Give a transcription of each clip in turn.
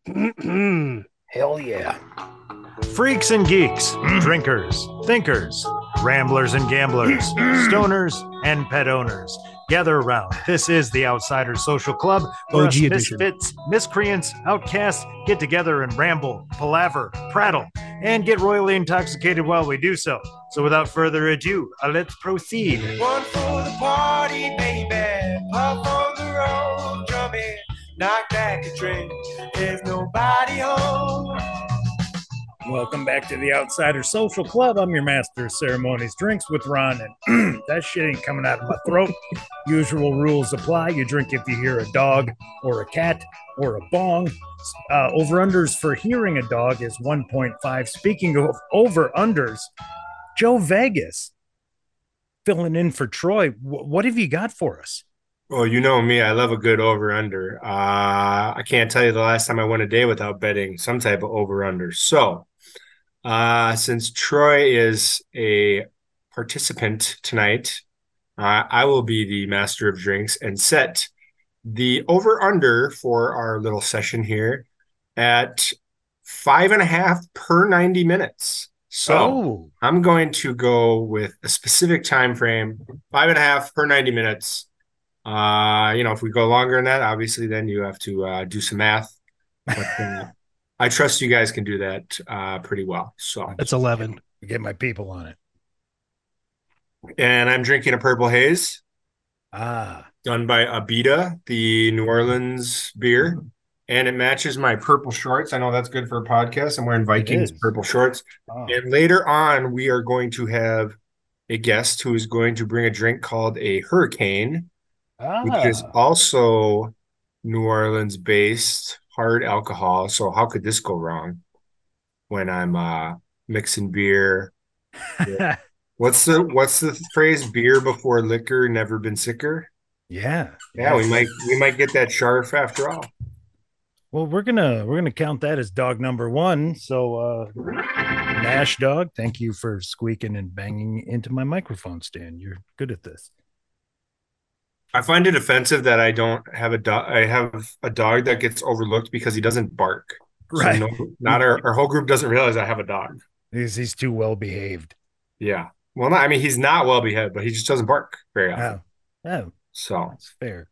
Hell yeah. Freaks and geeks, drinkers, thinkers, ramblers and gamblers, stoners and pet owners. Gather around. This is the Outsiders Social Club where OG us edition. misfits, miscreants, outcasts get together and ramble, palaver, prattle, and get royally intoxicated while we do so. So without further ado, uh, let's proceed. One for the party, baby. Pop on the road, drumming. Knock back a drink. There's nobody home. Welcome back to the Outsider Social Club. I'm your master of ceremonies, drinks with Ron, and that shit ain't coming out of my throat. Usual rules apply. You drink if you hear a dog or a cat or a bong. Uh, over unders for hearing a dog is 1.5. Speaking of over unders, Joe Vegas filling in for Troy. Wh- what have you got for us? Well, you know me, I love a good over under. Uh, I can't tell you the last time I went a day without betting some type of over under. So, uh, since Troy is a participant tonight, uh, I will be the master of drinks and set the over under for our little session here at five and a half per 90 minutes. So, Oh, I'm going to go with a specific time frame, five and a half per 90 minutes. Uh, you know, if we go longer than that, obviously, then you have to uh, do some math. But, uh, I trust you guys can do that uh, pretty well. So, That's 11. Get my people on it. and I'm drinking a purple haze Ah, done by Abita, the New Orleans beer, and it matches my purple shorts. I know that's good for a podcast. I'm wearing Vikings is. purple shorts. oh. And later on, we are going to have a guest who is going to bring a drink called a hurricane, which is ah. also New Orleans based hard alcohol. So how could this go wrong when I'm uh mixing beer? What's the what's the phrase? Beer before liquor, never been sicker. yeah. Yeah, we might we might get that sharp after all. Well, we're gonna we're gonna count that as dog number one. So uh Nash dog, thank you for squeaking and banging into my microphone stand. You're good at this. I find it offensive that I don't have a dog. I have a dog that gets overlooked because he doesn't bark. So Right. no- not our, our whole group doesn't realize I have a dog. He's he's too well behaved. Yeah. Well, not, I mean, he's not well behaved, but he just doesn't bark very often. Oh, oh, So, that's fair.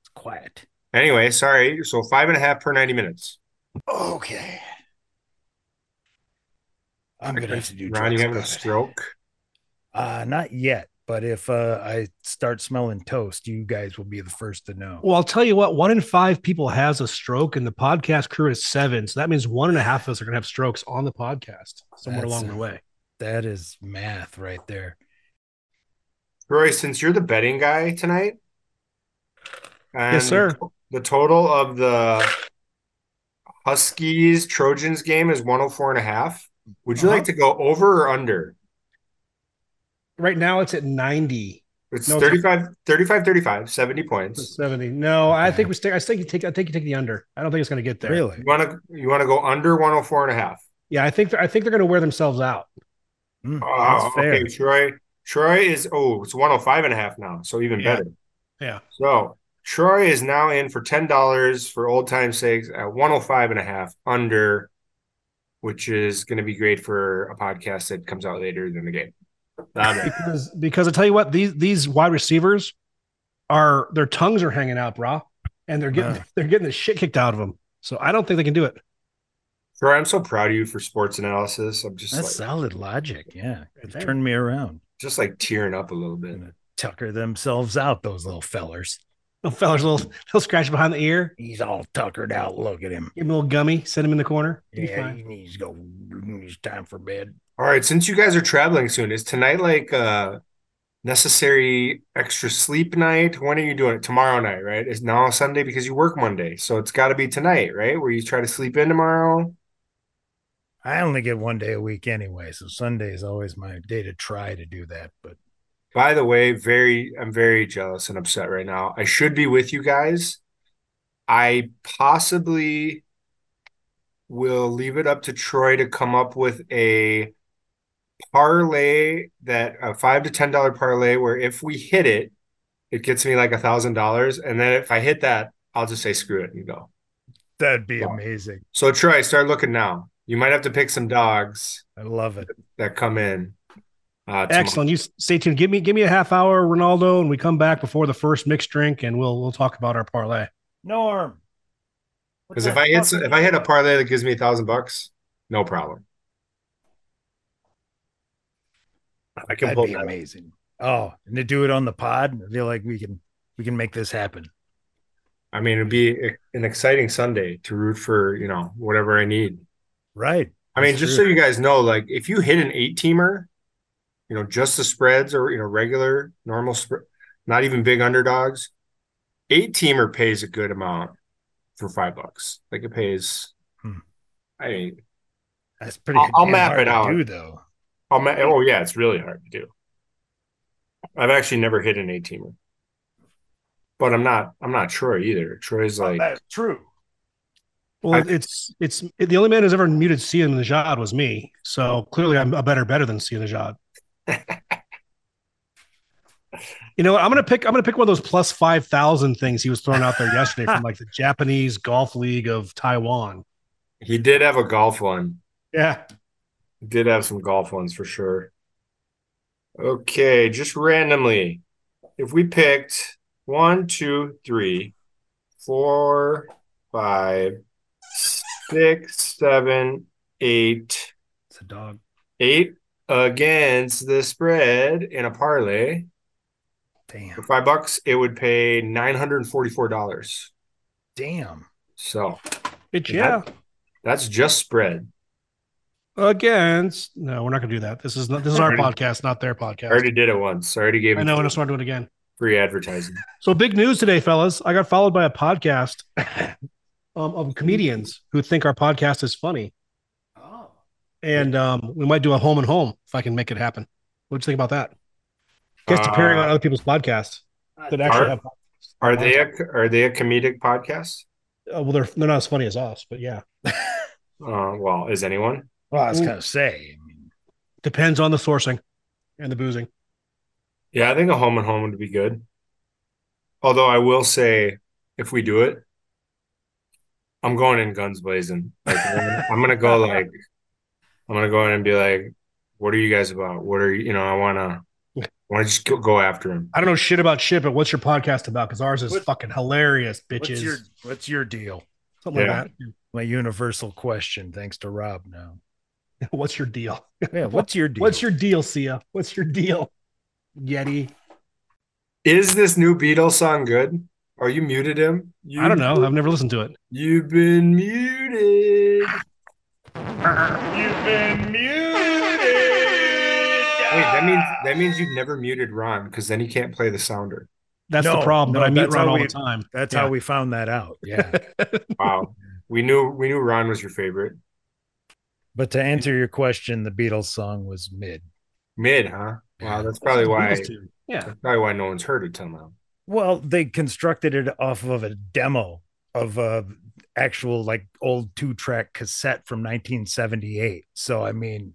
It's quiet. anyway, sorry. So, five and a half per 90 minutes. Okay. I'm going to have to do Ron, you drugs having a about it. stroke? Uh not yet, but if uh I start smelling toast, you guys will be the first to know. Well, I'll tell you what, one in five people has a stroke, and the podcast crew is seven. So that means one and a half of us are going to have strokes on the podcast somewhere That's along it. the way. That is math right there. Roy, since you're the betting guy tonight, and sir. The total of the Huskies Trojans game is 104 and a half. Would you Uh-huh. like to go over or under? Right now, it's at 90 It's No, it's- 35, 35, 35, 70 to points. 70. No, I Okay. think we stay. I think you take. I think you take the under. I don't think it's going to get there. Really? You want to you want to go under 104 and a half? Yeah, I think. I think they're going to wear themselves out. Mm, Oh, that's fair. okay. Troy, Troy is oh, it's 105 and a half now, so even Yeah. better. Yeah. So Troy is now in for ten dollars for old time's sakes at 105 and a half under, which is gonna be great for a podcast that comes out later than the game. Love it. because because I tell you what, these these wide receivers are their tongues are hanging out, brah, and they're getting Yeah. they're getting the shit kicked out of them. So I don't think they can do it. Troy, I'm so proud of you for sports analysis. I'm just That's like solid logic. Yeah. Right there. Turn me around. just like tearing up a little bit. Tucker themselves out, those little fellers. Little fellas, little little scratch behind the ear. He's all tuckered out. Look at him. Give him a little gummy. Send him in the corner. He'll be Yeah, fine. he needs to go. It's time for bed. All right, since you guys are traveling soon, is tonight like uh necessary extra sleep night? When are you doing it? Tomorrow night, right? It's now Sunday because you work Monday. So it's got to be tonight, right? Where you try to sleep in tomorrow. I only get one day a week anyway, so Sunday is always my day to try to do that. But By the way, very I'm very jealous and upset right now. I should be with you guys. I possibly will leave it up to Troy to come up with a parlay that a five to ten dollar parlay where if we hit it, it gets me like a thousand dollars. And then if I hit that, I'll just say screw it and go. That'd be amazing. So Troy, start looking now. You might have to pick some dogs I love it. that come in. Uh, tomorrow. Excellent. You s- stay tuned. Give me give me a half hour, Ronaldo, and we come back before the first mixed drink, and we'll we'll talk about our parlay. Norm. what Because the if I hit fuck- if I hit a parlay that gives me a thousand bucks, no problem. I can That'd pull be that. amazing. oh, and to do it on the pod, I feel like we can we can make this happen. I mean, it'd be e, an exciting Sunday to root for, you know, whatever I need. Right. I mean, That's just true. so you guys know, like if you hit an eight teamer, you know, just the spreads or you know regular normal spread, not even big underdogs, eight teamer pays a good amount for five bucks. Like it pays. Hmm. I mean, That's pretty. I'll- I'll damn map hard it to out. Do though. oh, ma- oh yeah, it's really hard to do. I've actually never hit an eight teamer, but I'm not. I'm not Troy either. Troy's Oh, like true. Well, I- it's it's it, the only man who's ever muted Cian Najad was me. So clearly, I'm a better better than Cian Najad. you know what? I'm gonna pick. I'm gonna pick one of those plus five thousand things he was throwing out there yesterday from like the Japanese Golf League of Taiwan. he did have a golf one. Yeah. did have some golf ones for sure. Okay, just randomly, if we picked one, two, three, four, five, six, seven, eight, It's a dog. eight against the spread in a parlay for Damn. five bucks, it would pay nine hundred and forty-four dollars. Damn. So It's yeah. Yeah. that's just spread. Against no, we're not gonna do that. This is not this is our Already- podcast, not their I podcast. already did it once. I already gave I him know, and I start doing it again. free advertising. So big news today, fellas. I got followed by a podcast um, of comedians who think our podcast is funny. Oh. And um, we might do a home and home if I can make it happen. What do you think about that? Guess to pairing Uh, on other people's podcasts that actually are- have. Are they a are they a comedic podcast? Uh, well, they're they're not as funny as us, but yeah, Uh, well, is anyone? Well, I was Ooh. gonna say. I mean, depends on the sourcing and the boozing. Yeah, I think a home and home would be good. Although I will say, if we do it, I'm going in guns blazing. Like, I'm gonna- I'm gonna go like, I'm gonna go in and be like, "What are you guys about? What are you? You know, I wanna, I wanna just go, go after him." I don't know shit about shit, but what's your podcast about? Because ours is What- fucking hilarious, What's bitches. your What's your deal? Something Yeah. like My universal question, thanks to Rob. Now, that. what's your deal? yeah. What's your deal? What's your deal, Sia? What's your deal, Yeti? Is this new Beatles song good? Are you muted him? You, I don't know. I've never listened to it. You've been muted. You've been muted. Wait, that means that means you've never muted Ron because then he can't play the sounder. That's the No, problem. no, but I meet that's Ron how all we- the time. That's Yeah. how we found that out. Yeah. Wow. We knew we knew Ron was your favorite. but to answer your question, the Beatles song was mid. Mid, huh? Wow, Yeah. that's probably why Beatles too. Yeah. that's probably why no one's heard it till now. Well, they constructed it off of a demo of a actual like old two track cassette from 1978. So I mean,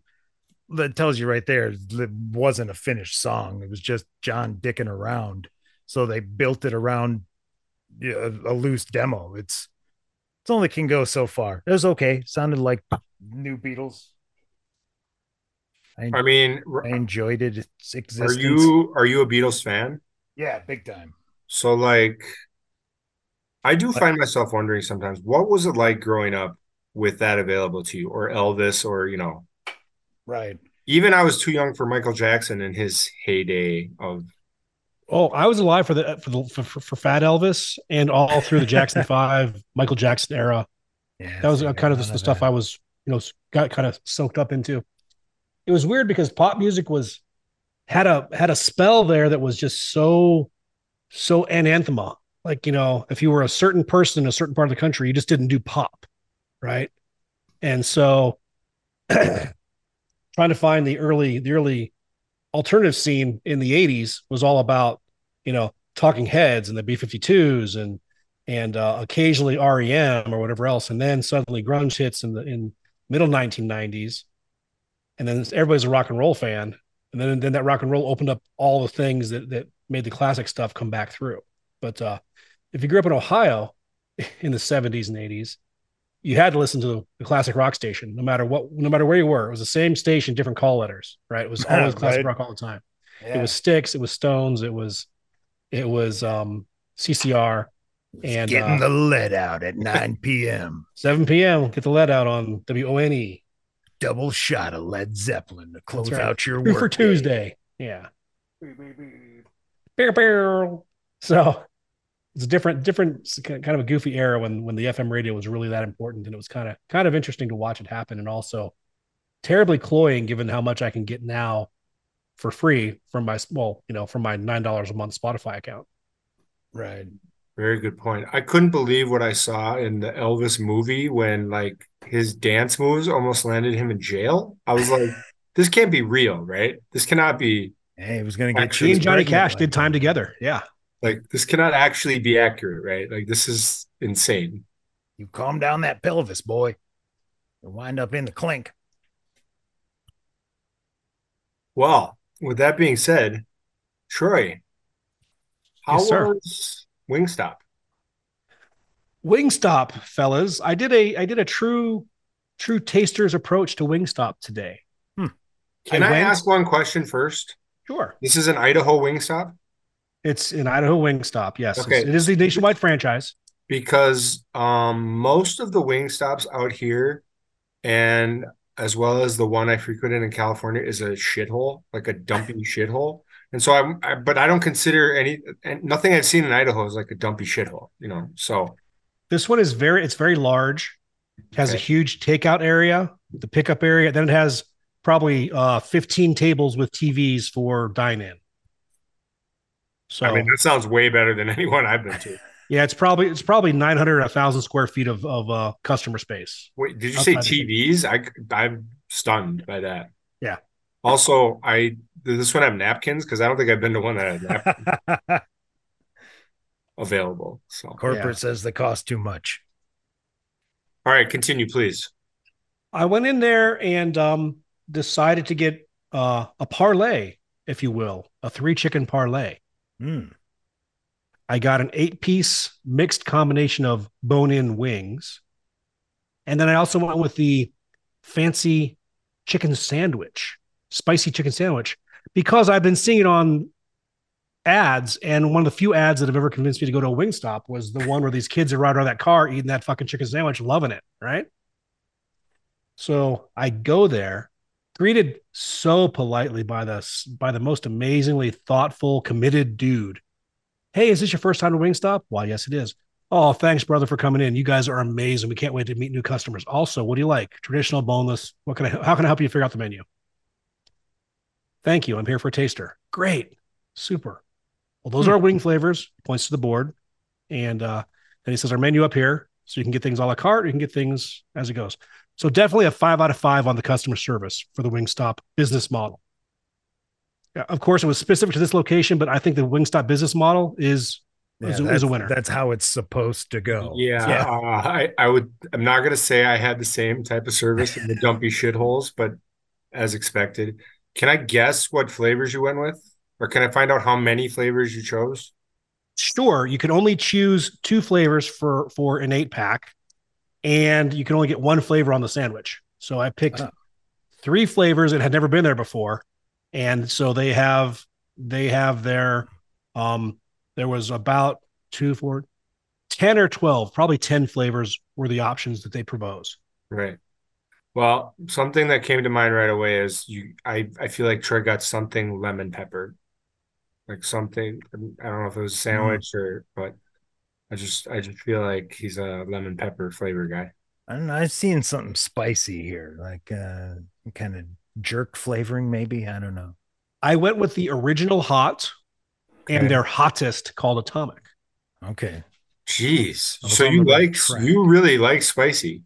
that tells you right there it wasn't a finished song. It was just John dicking around. So they built it around yeah, a, a loose demo. It's it's only can go so far. It was okay. Sounded like new Beatles. I, I mean, I r- enjoyed it. Its are existence. you are you a Beatles fan? Yeah, big time. So like I do find myself wondering sometimes what was it like growing up with that available to you or Elvis or you know, Right. even I was too young for Michael Jackson in his heyday of Oh, I was alive for the for the for, for, for Fat Elvis and all through the Jackson Five, Michael Jackson era. Yeah. That was see, uh, kind of none the, the stuff I was, you know, s- got kind of soaked up into. It was weird because pop music was had a had a spell there that was just so so anathema. Like you know, if you were a certain person in a certain part of the country, you just didn't do pop, right? And so, trying to find the early the early alternative scene in the '80s was all about you know Talking Heads and the B52s and and uh, occasionally REM or whatever else. And then suddenly grunge hits in the in middle 1990s, and then everybody's a rock and roll fan. And then then that rock and roll opened up all the things that that made the classic stuff come back through. But uh, if you grew up in Ohio in the 70s and 80s, you had to listen to the classic rock station, no matter what, no matter where you were. It was the same station, different call letters, right? It was always classic Right. rock all the time. Yeah. It was Sticks, it was Stones, it was, it was um, CCR. And, getting uh, the lead out at 9 p.m. 7 p.m. Get the lead out on W O N E Double shot of Led Zeppelin to close right. out your Two work for Tuesday. Yeah. Bear, bear. So it's a different, different it's kind of a goofy era when when the FM radio was really that important, and it was kind of kind of interesting to watch it happen, and also terribly cloying given how much I can get now for free from my well, you know, from my nine dollars a month Spotify account. Right. Very good point. I couldn't believe what I saw in the Elvis movie when like his dance moves almost landed him in jail. I was like, this can't be real, right? This cannot be Hey, he was going to get Actually, He chicks and Johnny pregnant Cash like did time that. together. Yeah, like this cannot actually be accurate, right? Like this is insane. You calm down that pelvis, boy. You'll wind up in the clink. Well, with that being said, Troy, how Yes, sir. was Wingstop? Wingstop, fellas. I did a I did a true true taster's approach to Wingstop today. Can I I went- ask one question first? Sure. This is an Idaho Wingstop? It's in Idaho Wingstop. Yes, Okay. It's- it is the nationwide franchise. because um, most of the wing stops out here and as well as the one I frequented in California is a shithole, like a dumpy shithole. And so I'm, I, but I don't consider any, and nothing I've seen in Idaho is like a dumpy shithole, you know? So, This one is very it's very large. It has a Okay. huge takeout area, the pickup area. Then it has probably uh, 15 tables with TVs for dine in. So I mean, that sounds way better than anyone I've been to. yeah, it's probably it's probably 900 1000 square feet of of uh, customer space. Wait, did you say Outside of- TVs? I, I'm stunned by that. Yeah. Also, I, does this one have napkins? Because I don't think I've been to one that had napkins available. So, all Corporate says they cost too much. right, continue, please. I went in there and um, decided to get uh, a parlay, if you will, a three chicken parlay. Hmm. I got an eight piece mixed combination of bone in wings. And then I also went with the fancy chicken sandwich, spicy chicken sandwich, because I've been seeing it on ads. And one of the few ads that have ever convinced me to go to a Wingstop was the one where these kids are riding around that car eating that fucking chicken sandwich, loving it. Right. So I go there, greeted so politely by the by the most amazingly thoughtful, committed dude Hey, is this your first time to Wingstop? Why, yes, it is. Oh, thanks, brother, for coming in. You guys are amazing. We can't wait to meet new customers. Also, what do you like? Traditional, boneless. What can I? How can I help you figure out the menu? Thank you. I'm here for a taster. Great, super. Well, those are our wing flavors. Points to the board, and uh, then he says our menu up here, so you can get things a la carte. or You can get things as it goes. So definitely a five out of five on the customer service for the Wingstop business model. Yeah, of course, it was specific to this location, but I think the Wingstop business model is Who's a- who's a that's- winner? That's how it's supposed to go. Yeah, Uh, I, I would. I'm not gonna say I had the same type of service in the dumpy shitholes, but as expected. Can I guess what flavors you went with, or can I find out how many flavors you chose? sure you can only choose two flavors for for an eight pack and you can only get one flavor on the sandwich so i picked Ah. three flavors and had never been there before and so they have they have their um there was about two four 10 or 12 probably 10 flavors were the options that they propose Right. Well, something that came to mind right away is you. I I feel like Troy got something lemon peppered, like something. um, I don't know if it was a Mm-hmm. sandwich or, but I just I just feel like he's a lemon pepper flavor guy. I don't know. I've seen something spicy here, like uh, kind of jerk flavoring, maybe. I don't know. i went with the original hot Okay. and their hottest called atomic Okay. Jeez. I was So on you the right like track. you really like spicy.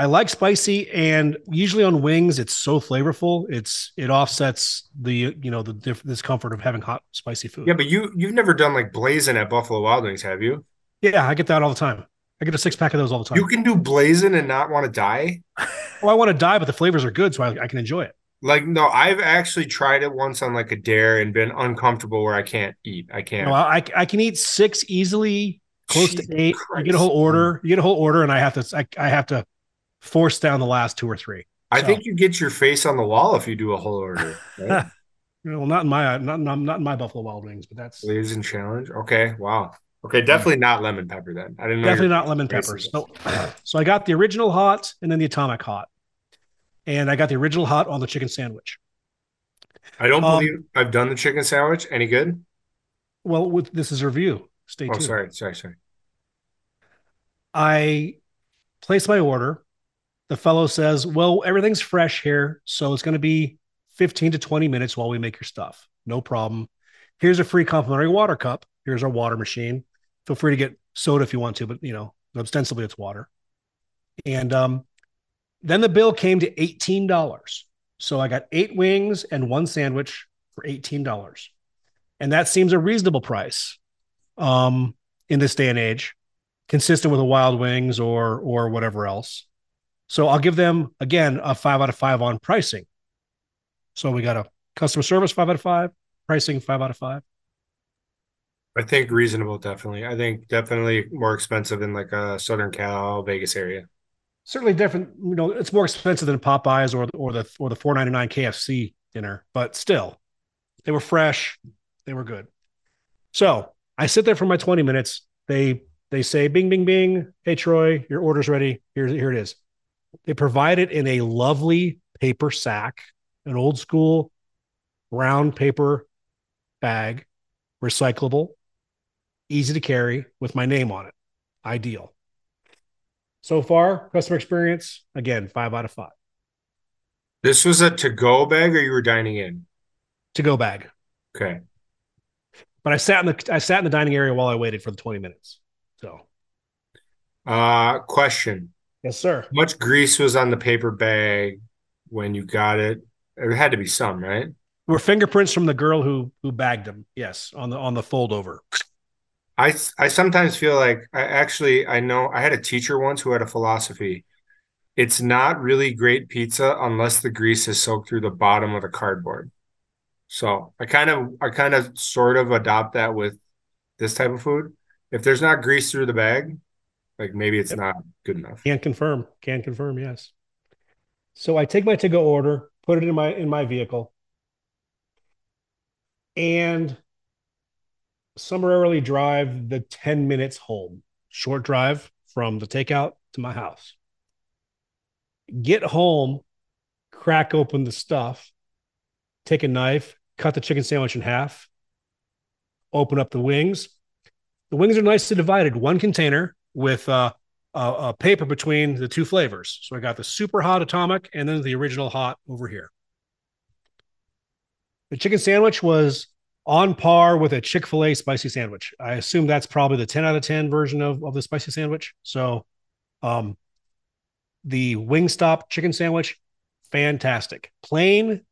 I like spicy, and usually on wings, it's so flavorful. It's it offsets the you know the diff- discomfort of having hot spicy food. Yeah, but you you've never done like blazing at Buffalo Wild Wings, have you? Yeah, I get that all the time. I get a six pack of those all the time. You can do blazing and not want to die. oh, I want to die, but the flavors are good, so I, I can enjoy it. Like no, I've actually tried it once on like a dare and been uncomfortable where I can't eat. I You can't. know, I I can eat six easily close Jesus to eight. You get a whole order. You get a whole order, and I have to I, I have to force down the last two or three. I So- think you get your face on the wall if you do a whole order. Right? You know, not in my not not, not in my Buffalo Wild Wings, but that's Leaves and challenge. Okay, wow. Okay, definitely not lemon pepper then. I didn't know. definitely your- not lemon pepper. Racist. So, so I got the original hot and then the atomic hot, and I got the original hot on the chicken sandwich. I don't Um, believe I've done the chicken sandwich. Any good? Well, with this is a review. Stay Oh, tuned. sorry, sorry, sorry. I place my order. The fellow says, Well, everything's fresh here. So it's going to be 15 to 20 minutes while we make your stuff. No problem. Here's a free complimentary water cup. Here's our water machine. Feel free to get soda if you want to, but you know, ostensibly it's water. And um, then the bill came to $18. So I got eight wings and one sandwich for $18. And that seems a reasonable price um, in this day and age consistent with a Wild Wings or or whatever else. So I'll give them again a five out of five on pricing. So we got a customer service five out of five, pricing five out of five. I think reasonable, definitely. I think definitely more expensive in like a Southern Cal, Vegas area. Certainly different, you know, it's more expensive than Popeyes or or the or the four ninety nine KFC dinner, but still, they were fresh, they were good. So I sit there for my twenty minutes. They they say, "Bing, bing, bing. Hey, Troy, your order's ready. Here, here it is." They provide it in a lovely paper sack, an old school brown paper bag, recyclable, easy to carry with my name on it. Ideal. So far, customer experience again, five out of five. This was a to-go bag, or you were dining in. To go bag. Okay, But I sat in the I sat in the dining area while I waited for the twenty minutes. So uh, question: yes, sir. How much grease was on the paper bag when you got it? It had to be some, right? Were fingerprints from the girl who who bagged them? Yes, on the on the fold over. I s- I sometimes feel like I actually I know I had a teacher once who had a philosophy. It's not really great pizza unless the grease is soaked through the bottom of the cardboard. So I kind of I kind of sort of adopt that with this type of food. If there's not grease through the bag, like maybe it's Yep. not good enough. Can confirm. Can confirm. Yes. So I take my to go order, put it in my in my vehicle, and summarily drive the ten minutes home. Short drive from the takeout to my house. Get home, crack open the stuff, take a knife, cut the chicken sandwich in half, open up the wings. The wings are nicely divided. One container with uh, uh, a paper between the two flavors. So I got the super hot atomic and then the original hot over here. The chicken sandwich was on par with a Chick fil A spicy sandwich. I assume that's probably the 10 out of 10 version of, of the spicy sandwich. So um, the Wingstop chicken sandwich, fantastic. Plain,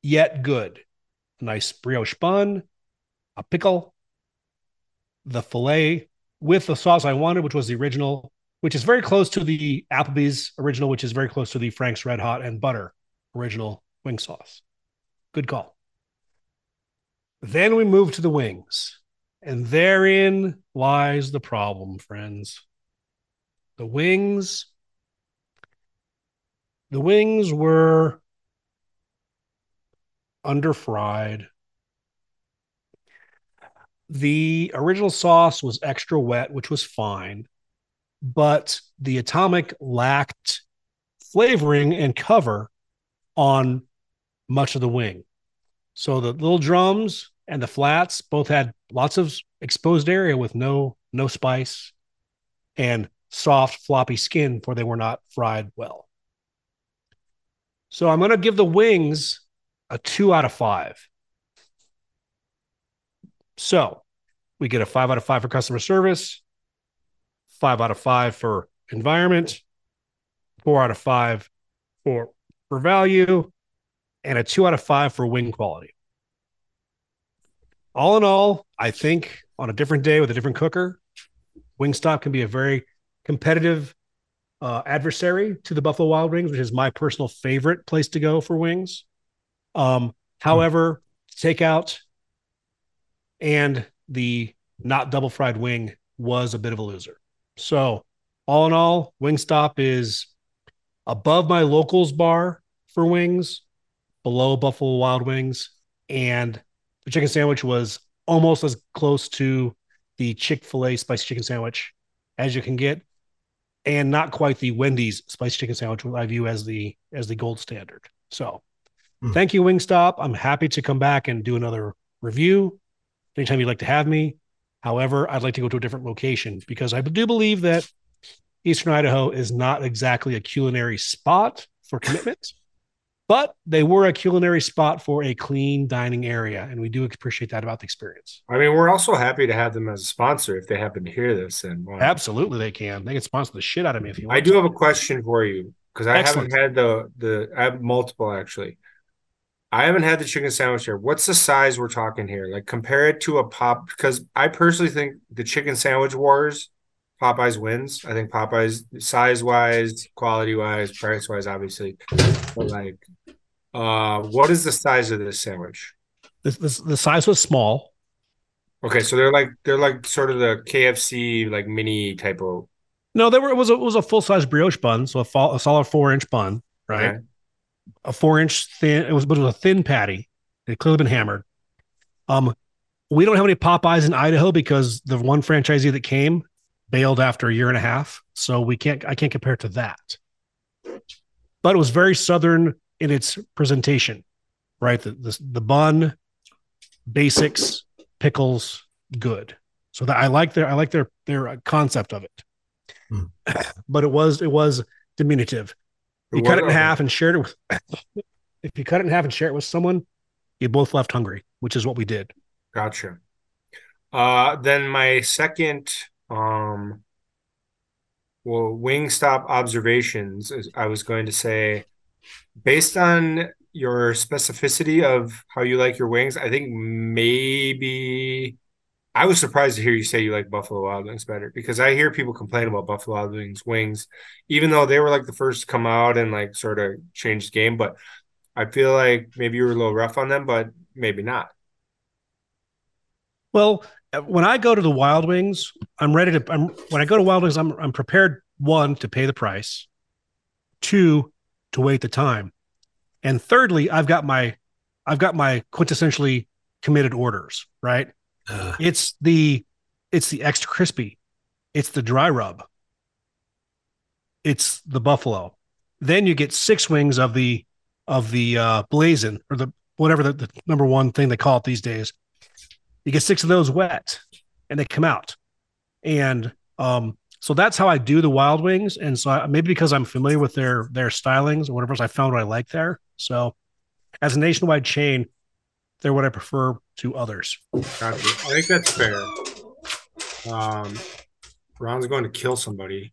yet good. Nice brioche bun, a pickle, the filet with the sauce I wanted, which was the original which is very close to the Applebee's original, which is very close to the Frank's Red Hot and Butter original wing sauce. Good call. Then we move to the wings, and therein lies the problem, friends. The wings, the wings were underfried. The original sauce was extra wet, which was fine but the atomic lacked flavoring and cover on much of the wing. So the little drums and the flats both had lots of exposed area with no no spice and soft floppy skin for they were not fried well. So I'm going to give the wings a 2 out of 5. So, we get a 5 out of 5 for customer service, five out of five for environment, four out of five for for value, and a two out of five for wing quality. All in all, I think on a different day with a different cooker, Wingstop can be a very competitive uh, adversary to the Buffalo Wild Wings, which is my personal favorite place to go for wings. Um, however, takeout and the not double fried wing was a bit of a loser. So, all in all, Wingstop is above my locals bar for wings, below Buffalo Wild Wings, and the chicken sandwich was almost as close to the Chick Fil A spicy chicken sandwich as you can get, and not quite the Wendy's spicy chicken sandwich, which I view as the as the gold standard. So, Mm. thank you, Wingstop. I'm happy to come back and do another review anytime you'd like to have me. However, I'd like to go to a different location because I do believe that Eastern Idaho is not exactly a culinary spot for commitment, but they were a culinary spot for a clean dining area. And we do appreciate that about the experience. I mean, we're also happy to have them as a sponsor if they happen to hear this. And wow. Absolutely, they can. They can sponsor the shit out of me if you want. I do have a question for you because I Excellent. haven't had the the I have multiple actually. I haven't had the chicken sandwich here. What's the size we're talking here? Like compare it to a pop because I personally think the chicken sandwich wars, Popeyes wins. I think Popeyes size wise, quality wise, price wise, obviously. But like, uh, what is the size of this sandwich? This, this, the size was small. Okay, so they're like they're like sort of the KFC like mini type of No, there were it was a, it was a full size brioche bun, so a, fall, a solid four inch bun, right? Okay. A four inch thin. It was but it was a thin patty. It had clearly been hammered. Um, we don't have any Popeyes in Idaho because the one franchisee that came bailed after a year and a half, so we can't. I can't compare it to that. But it was very southern in its presentation, right? The the, the bun, basics, pickles, good. So that I like their I like their their uh, concept of it but it was it was diminutive. It You cut it in was- half and shared it with. if you cut it in half and share it with someone, you both left hungry, which is what we did. Gotcha. Uh, then my second, um, well, Wingstop observations is I was going to say, based on your specificity of how you like your wings, I think maybe I was surprised to hear you say you like Buffalo Wild Wings better because I hear people complain about Buffalo Wild Wings wings, even though they were like the first to come out and like sort of change the game. But I feel like maybe you were a little rough on them, but maybe not. Well, uh, when I go to the Wild Wings, I'm ready to. I'm when I go to Wild Wings, I'm I'm prepared one to pay the price, two to wait the time, and thirdly, I've got my I've got my quintessentially committed orders. Right, Uh, it's the it's the extra crispy, it's the dry rub, it's the buffalo. Then you get six wings of the of the uh, blazon or the whatever the, the number one thing they call it these days. You get six of those wet, and they come out, and um, so that's how I do the wild wings. And so I, maybe because I'm familiar with their their stylings or whatever else, I found what I like there. So as a nationwide chain, they're what I prefer to others. Gotcha. I think that's fair. Um, Ron's going to kill somebody.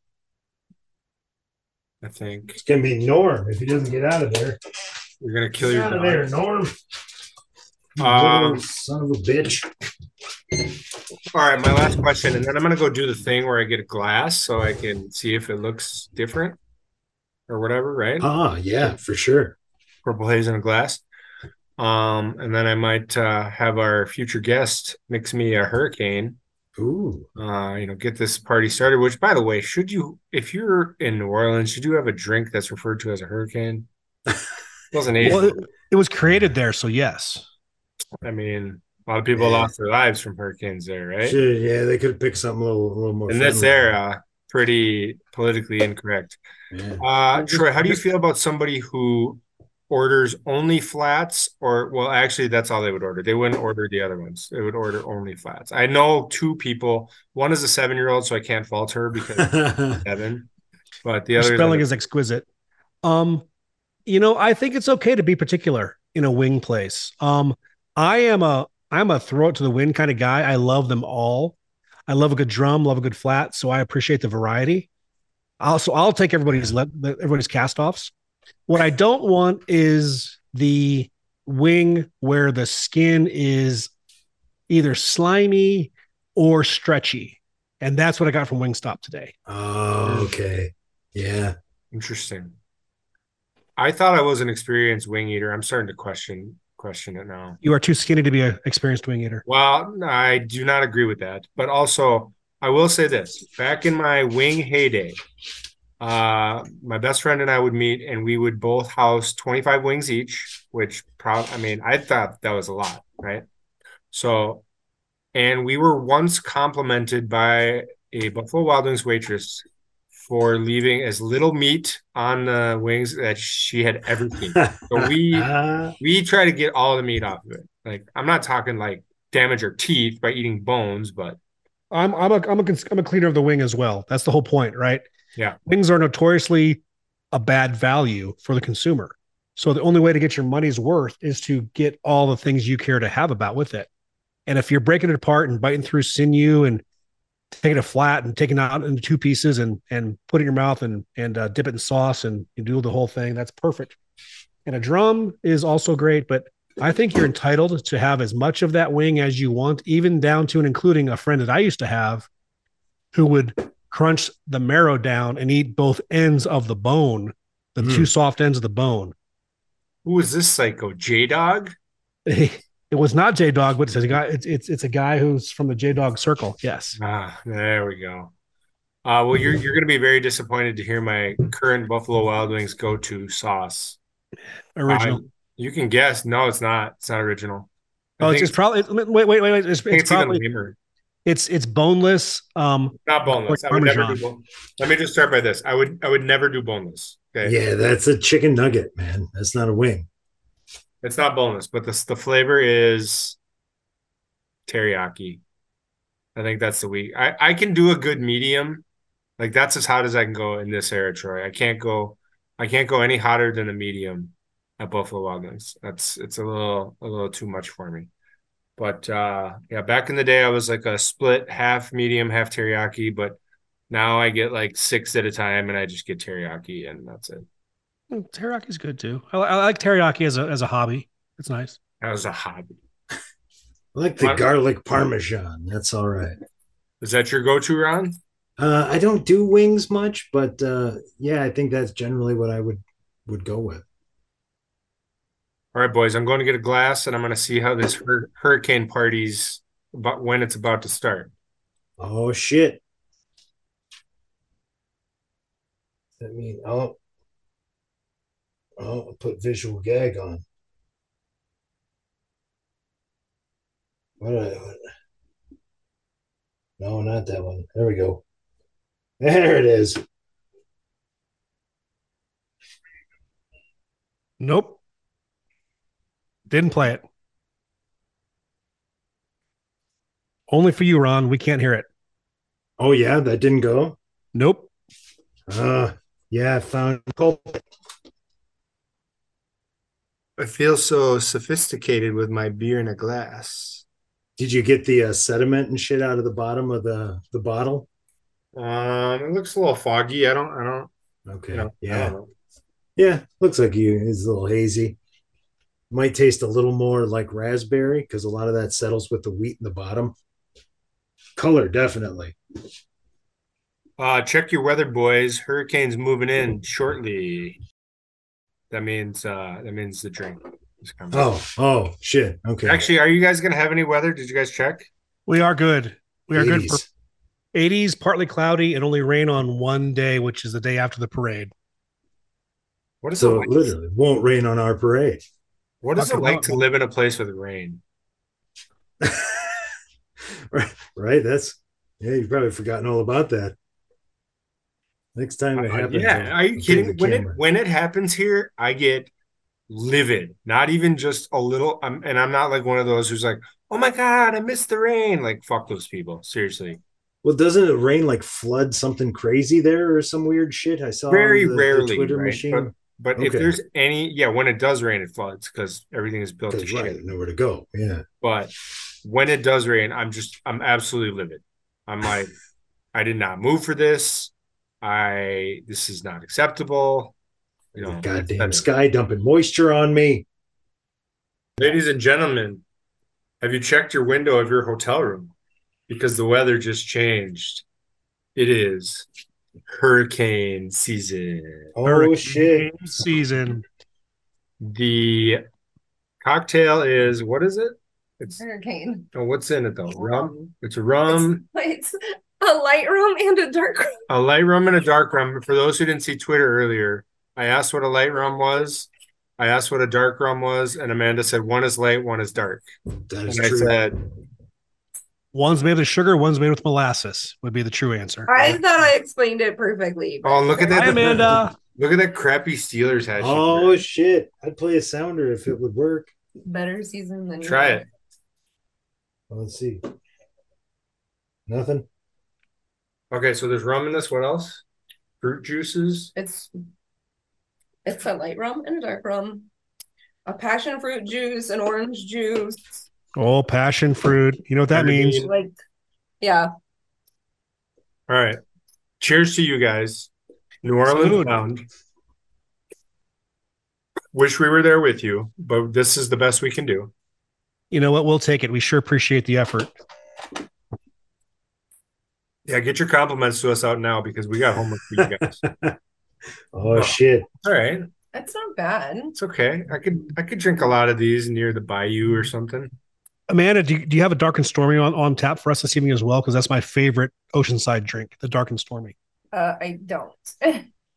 I think It's gonna be Norm if he doesn't get out of there. you're gonna kill Get your out of dog. there, Norm. You Um, little son of a bitch. All right, my last question, and then I'm gonna go do the thing where I get a glass so I can see if it looks different or whatever, right? Uh-huh. Ah, yeah, for sure. Purple haze in a glass. Um, and then I might uh, have our future guest mix me a hurricane. Ooh, uh, you know, get this party started. Which, by the way, should you, if you're in New Orleans, should you have a drink that's referred to as a hurricane? It wasn't Asian. Well, it, it was created there, so yes. I mean, a lot of people Yeah. lost their lives from hurricanes there, right? sure, yeah, they could have picked something a little, a little more. In this friendly. era, pretty politically incorrect. Yeah. Uh, Troy, how do you feel about somebody who orders only flats, or well, actually, that's all they would order. They wouldn't order the other ones. They would order only flats. I know two people. One is a seven-year-old, so I can't fault her because seven. But the Your other spelling is exquisite. Um, you know, I think it's okay to be particular in a wing place. Um, I am a I'm a throw it to the wind kind of guy. I love them all. I love a good drum, love a good flat, so I appreciate the variety. Also, I'll take everybody's le- everybody's cast offs. What I don't want is the wing where the skin is either slimy or stretchy. And that's what I got from Wingstop today. Oh, okay. Yeah. Interesting. I thought I was an experienced wing eater. I'm starting to question question it now. You are too skinny to be an experienced wing eater. Well, I do not agree with that, but also I will say this: back in my wing heyday, uh, my best friend and I would meet, and we would both house twenty-five wings each. Which, prob- I mean, I thought that was a lot, right? So, and we were once complimented by a Buffalo Wild Wings waitress for leaving as little meat on the wings that she had ever seen. So we Ah, we try to get all the meat off of it. Like I'm not talking like damage your teeth by eating bones, but I'm I'm a I'm a cons- I'm a cleaner of the wing as well. That's the whole point, right? Yeah. Wings are notoriously a bad value for the consumer. So the only way to get your money's worth is to get all the things you care to have about with it. And if you're breaking it apart and biting through sinew and taking it flat and taking it out into two pieces and and put it in your mouth and and uh, dip it in sauce and you do the whole thing, that's perfect. And a drum is also great, but I think you're entitled to have as much of that wing as you want, even down to and including a friend that I used to have who would crunch the marrow down and eat both ends of the bone, the two soft ends of the bone. who is this psycho? J Dog? it was not J Dog, but it's a guy it's, it's it's a guy who's from the J Dog circle. Yes. Ah, there we go. Uh, well, you're you're gonna be very disappointed to hear my current Buffalo Wild Wings go-to sauce. Original. I- you can guess. No, it's not. It's not original. I oh, it's, think- it's probably wait, wait, wait, wait. It's, I think it's it's even probably lamer. it's it's boneless. Um Not boneless. I would never do Parmesan. bone- Let me just start by this. I would I would never do boneless. Okay, yeah, that's a chicken nugget, man. That's not a wing. it's not boneless, but the the flavor is teriyaki. I think that's the weak. I I can do a good medium, like that's as hot as I can go in this era, Troy. I can't go, I can't go any hotter than a medium at Buffalo Wild Wings. That's it's a little a little too much for me. But uh yeah, back in the day I was like a split half medium, half teriyaki, but now I get like six at a time and I just get teriyaki and that's it. teriyaki good too. I, I like teriyaki as a as a hobby. It's nice. That was a hobby. I like the What? garlic parmesan. That's all right. Is that your go-to, Ron? Uh, I don't do wings much, but uh, yeah, I think that's generally what I would would go with. All right, boys, I'm going to get a glass and I'm going to see how this hur- hurricane party's about when it's about to start. Oh shit! I mean, oh, oh, put visual gag on. What? did I, what- No, not that one. There we go. There it is. Nope. Didn't play it. Only for you, Ron. We can't hear it. Oh yeah, that didn't go. Nope. Uh, yeah, I found culprit. I feel so sophisticated with my beer in a glass. Did you get the uh, sediment and shit out of the bottom of the the bottle? Um, it looks a little foggy. I don't, I don't, Okay. you know, I yeah. don't know. Yeah. Looks like you. It's a little hazy. Might taste a little more like raspberry because a lot of that settles with the wheat in the bottom. Color definitely. Uh, check your weather, boys. Hurricane's moving in shortly. That means, uh, that means the drink is coming. Oh, oh shit. Okay. Actually, are you guys going to have any weather? Did you guys check? We are good. We are good for 80s. 80s, partly cloudy, and only rain on one day, which is the day after the parade. What is So it it like? literally won't rain on our parade. What is it Fucking like hell. to live in a place with rain? Right? That's yeah, you've probably forgotten all about that. Next time it Uh, happens. yeah, I'll- are I'll you bring kidding? the When it camera. when it happens here, I get livid. Not even just a little. I'm, and I'm not like one of those who's like, "Oh my god, I miss the rain." Like, fuck those people. Seriously, Well, doesn't it rain like flood something crazy there or some weird shit? I saw on very the- the rarely. Twitter right? machine. But, but if Okay. there's any, yeah, when it does rain, it floods because everything is built to Because right, shit. nowhere to go. Yeah. But when it does rain, I'm just, I'm absolutely livid. I'm like, I did not move for this. I this is not acceptable. You know, Goddamn that's- sky dumping moisture on me. Ladies and gentlemen, have you checked your window of your hotel room? Because the weather just changed. It is hurricane season. Oh Hurricane shit. Season. The cocktail is what is it? It's Hurricane. oh, what's in it though? Rum. It's rum. It's a light room and a dark room. A light rum and a dark rum. For those who didn't see Twitter earlier, I asked what a light rum was. I asked what a dark rum was, and Amanda said one is light, one is dark. That is And I true. said, One's made with sugar, one's made with molasses. Would be the true answer. I thought I explained it perfectly. "Oh, look at that! Hi, Amanda. Look at that crappy Steelers hat. she Oh wears. shit! I'd play a sounder if it would work. Better season than try it. Let's see. Nothing. Okay, so there's rum in this. What else? Fruit juices. It's it's a light rum and a dark rum, a passion fruit juice, an orange juice, Oh, passion fruit. You know what that means? like yeah. All right. Cheers to you guys. New Orleans Salute. bound. Wish we were there with you, but this is the best we can do. You know what? We'll take it. We sure appreciate the effort. Yeah, get your compliments to us out now because we got homework for you guys. Oh shit! All right. That's not bad. It's okay. I could I could drink a lot of these near the bayou or something. Amanda, do you, do you have a dark and stormy on, on tap for us this evening as well? Because that's my favorite oceanside drink, the dark and stormy. Uh, I don't.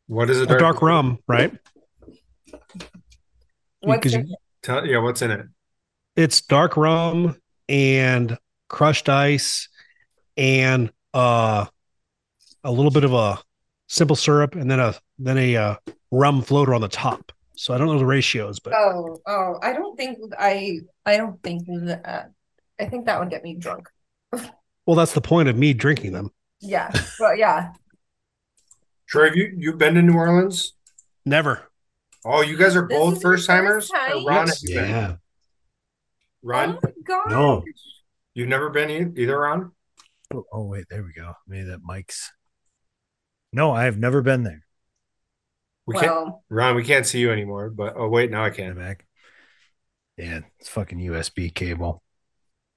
What is a A dark, dark, rum, right? What's Because in- Tell, yeah, what's in it? It's dark rum and crushed ice and uh a little bit of a simple syrup and then a then a uh, rum floater on the top. So I don't know the ratios, but oh oh? I don't think I I don't think that I think that would get me drunk. well, that's the point of me drinking them. Yeah, but yeah, Troy, have you you been to New Orleans? Never. Oh, you guys are This is both your first timers? first time. Ron, have you been? Yeah, Ron, oh my god, No. you've never been e- either, Ron? Oh, oh, wait, there we go. Maybe that mic's. No, I have never been there. We can't well, Ron, we can't see you anymore, but oh wait, now I Get it can. back. Yeah, it's fucking USB cable.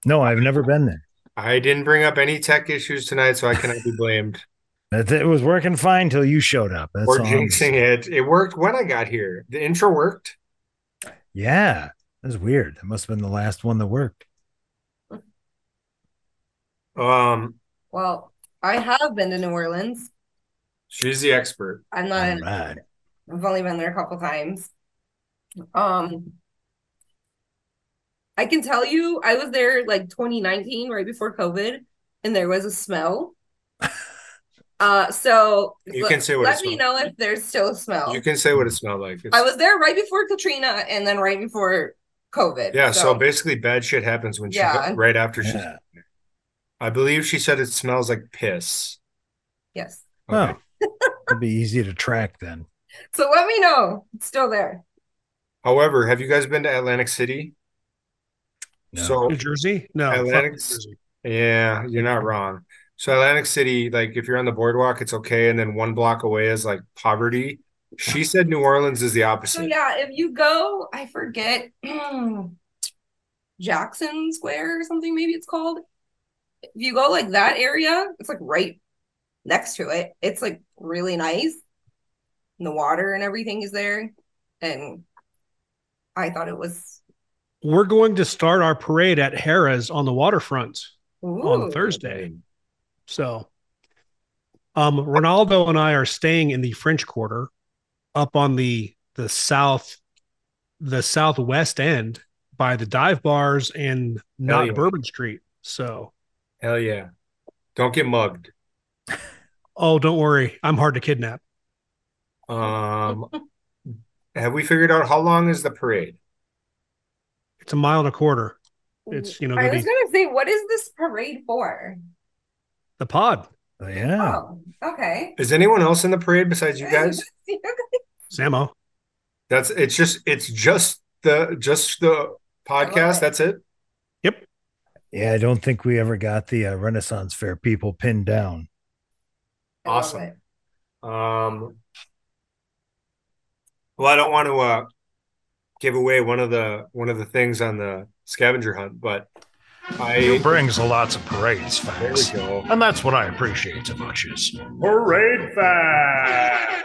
No, I've never been there. I didn't bring up any tech issues tonight, so I cannot be blamed. That- It was working fine till you showed up. That's Or all I'm jinxing it. It worked when I got here. The intro worked. Yeah, that's weird. That must have been the last one that worked. Um, well, I have been to New Orleans. she's the expert. I'm All not an right. I've only been there a couple times. Um, I can tell you, I was there like 2019, right before COVID, and there was a smell. Uh, so You let- can say what it let me smelled- know if there's still a smell. You can say what it smelled like. It's- I was there right before Katrina and then right before COVID. Yeah, so, basically, bad shit happens when she Yeah. got- right after she. Yeah. I believe she said it smells like piss. yes. Oh, it'd be easy to track then. So let me know. It's still there. However, have you guys been to Atlantic City? No. So New Jersey? No. fuck Atlantic- New Jersey. yeah, you're not wrong. So Atlantic City, like if you're on the boardwalk, it's okay, and then one block away is like poverty. She said New Orleans is the So opposite. yeah, if you go, I forget Jackson Square or something, maybe it's called. If you go like that area, it's like right next to it. It's like really nice. And the water and everything is there. And I thought it was We're going to start our parade at Harrah's on the waterfront on ooh. Thursday. So um Ronaldo and I are staying in the French Quarter up on the the south the southwest end by the dive bars and not yeah. Bourbon Street. So Hell yeah! Don't get mugged. oh don't worry, I'm hard to kidnap. Um, have we figured out how long is the parade? It's a mile and a quarter. It's you know I gonna was be gonna say, what is this parade for? the pod. Oh, yeah. Oh, okay. Is anyone else in the parade besides you guys? Samo. That's it's just it's just the just the podcast. it. That's it. Yeah, I don't think we ever got the uh, Renaissance Fair people pinned down. I love Awesome. it. Um, well, I don't want to uh, give away one of the one of the things on the scavenger hunt, but You I brings lots of parades, there facts. we go. And that's what I appreciate so much is Parade fact.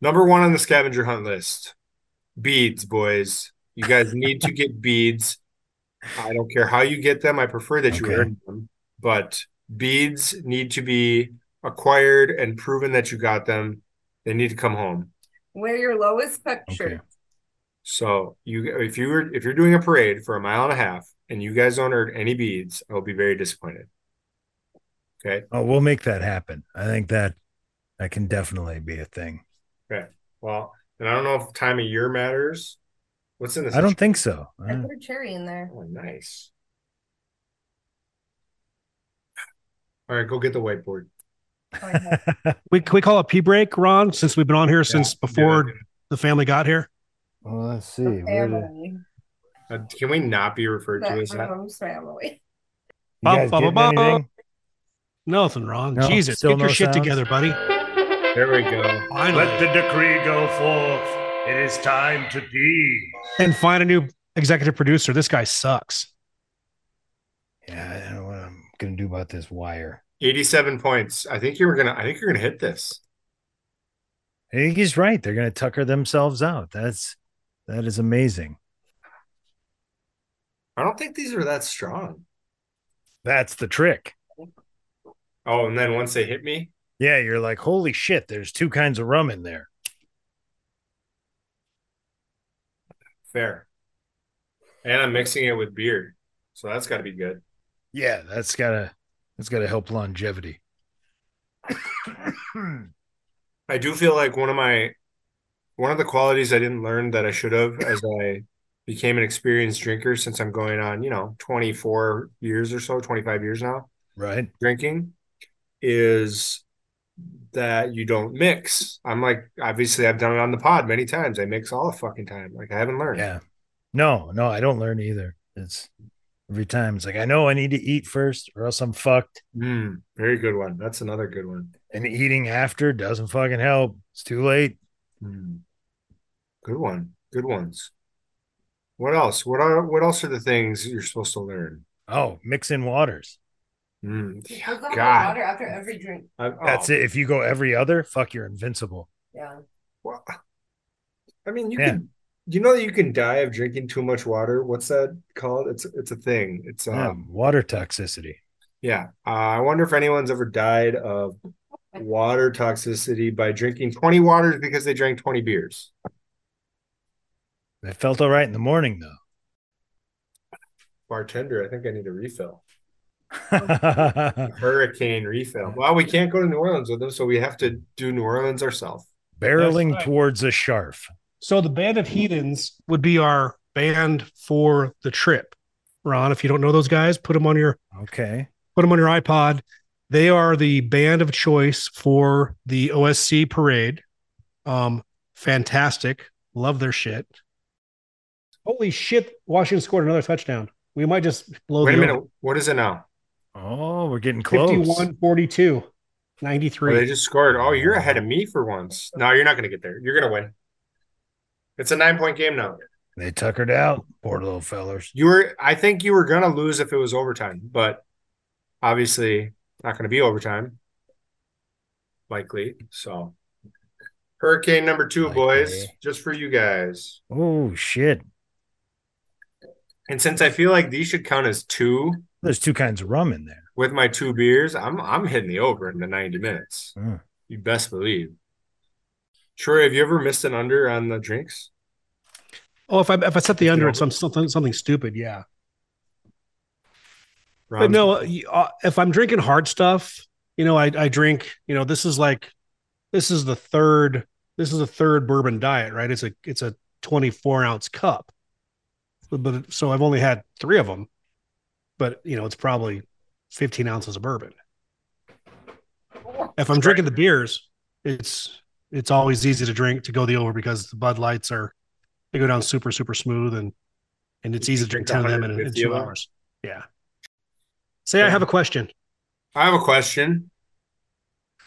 Number one on the scavenger hunt list, beads, boys. You guys need to get beads. I don't care how you get them. I prefer that you Okay. earn them. but beads need to be acquired and proven that you got them. They need to come home. Wear your lowest picture. Okay. So you, if you were, if you're doing a parade for a mile and a half and you guys don't earn any beads, I will be very disappointed. Oh, we'll make that happen. I think that that can definitely be a thing. Well, and I don't know if time of year matters. What's in this? I don't think so. I Uh, put a cherry in there. Oh, nice. All right, go get the whiteboard. We can we call a pee break, Ron, since we've been on here since before the family got here. Well, let's see. Okay, Where I'm did- away. Uh, can we not be referred to as But that? I'm sorry, I'm away. you guys Ba- ba- getting ba- ba. anything? Nothing, Ron. No, Jesus, still get your no shit sounds? together, buddy. There we go. Finally, Let the decree go forth. It is time to pee. and find a new executive producer. This guy sucks. Yeah, I don't know what I'm gonna do about this wire. 87 points. I think you're gonna I think you're gonna hit this. I think he's right. They're gonna tucker themselves out. That's that is amazing. I don't think these are that strong. That's the trick. Oh, and then once they hit me, Yeah, you're like, holy shit, there's two kinds of rum in there. fair. And I'm mixing it with beer. So that's gotta be good. Yeah, that's gotta that's gotta help longevity. I do feel like one of my one of the qualities I didn't learn that I should have as I became an experienced drinker since I'm going on, you know, 24 years or so, 25 years now Right? drinking is that you don't mix. I'm like obviously I've done it on the pod many times. I mix all the fucking time. Like I haven't learned. Yeah. No, no, I don't learn either. It's every time it's like I know I need to eat first or else I'm fucked. Mm, very good one. That's another good one. And eating after doesn't fucking help. It's too late. Mm. Good one. Good ones. What else? What are what else are the things you're supposed to learn? Oh, mix in waters. Mm. Drink a lot of God, water after every drink. I, oh, That's it. If you go every other, fuck, you're invincible. Yeah. Well, I mean, you Yeah. can. You know that you can die of drinking too much water. What's that called? It's it's a thing. It's Yeah, um water toxicity. yeah. Uh, I wonder if anyone's ever died of water toxicity by drinking 20 waters because they drank 20 beers. It felt all right in the morning Bartender, I think I need a refill. though. Hurricane refill. Well, we can't go to New Orleans with them, so we have to do New Orleans ourselves. Barreling right. towards a sharf. So the band of heathens would be our band for the trip. Ron, if you don't know those guys, put them on your Okay. put them on your iPod. They are the band of choice for the OSC parade. Um, fantastic. Love their shit. Holy shit, Washington scored another touchdown. We might just blow Wait a the minute, what is it now? Oh, we're getting over. close. 51 42 Oh, they 93. just scored. Oh, you're ahead of me for once. No, you're not going to get there. You're going to win. It's a nine point game now. They tuckered out. Poor little fellers. You were, I think you were going to lose if it was overtime, but obviously not going to be overtime. Likely. So, hurricane number two, Likely. boys, just for you guys. Oh, shit. And since I feel like these should count as two There's two kinds of rum in there. with my two beers, I'm I'm hitting the over in the 90 minutes. Hmm. Mm. You best believe. Troy, have you ever missed an under on the drinks? Oh, if I if I set the under, it's some- something something stupid. Yeah. But Ron's- no, uh, you- uh, if I'm drinking hard stuff, you know, I, I drink, you know, this is like, this is the third, this is the third bourbon diet, right? It's a, it's a 24 ounce cup. But, but- so I've only had three of them, but you know, it's probably 15 ounces of bourbon. If I'm drinking the beers, it's, it's always easy to drink to go the over because the Bud Lights are, they go down super, super smooth and, and it's You easy can to drink drink 10 of them in, in 150 two of them. hours. Yeah. Say, I have a question. I have a question.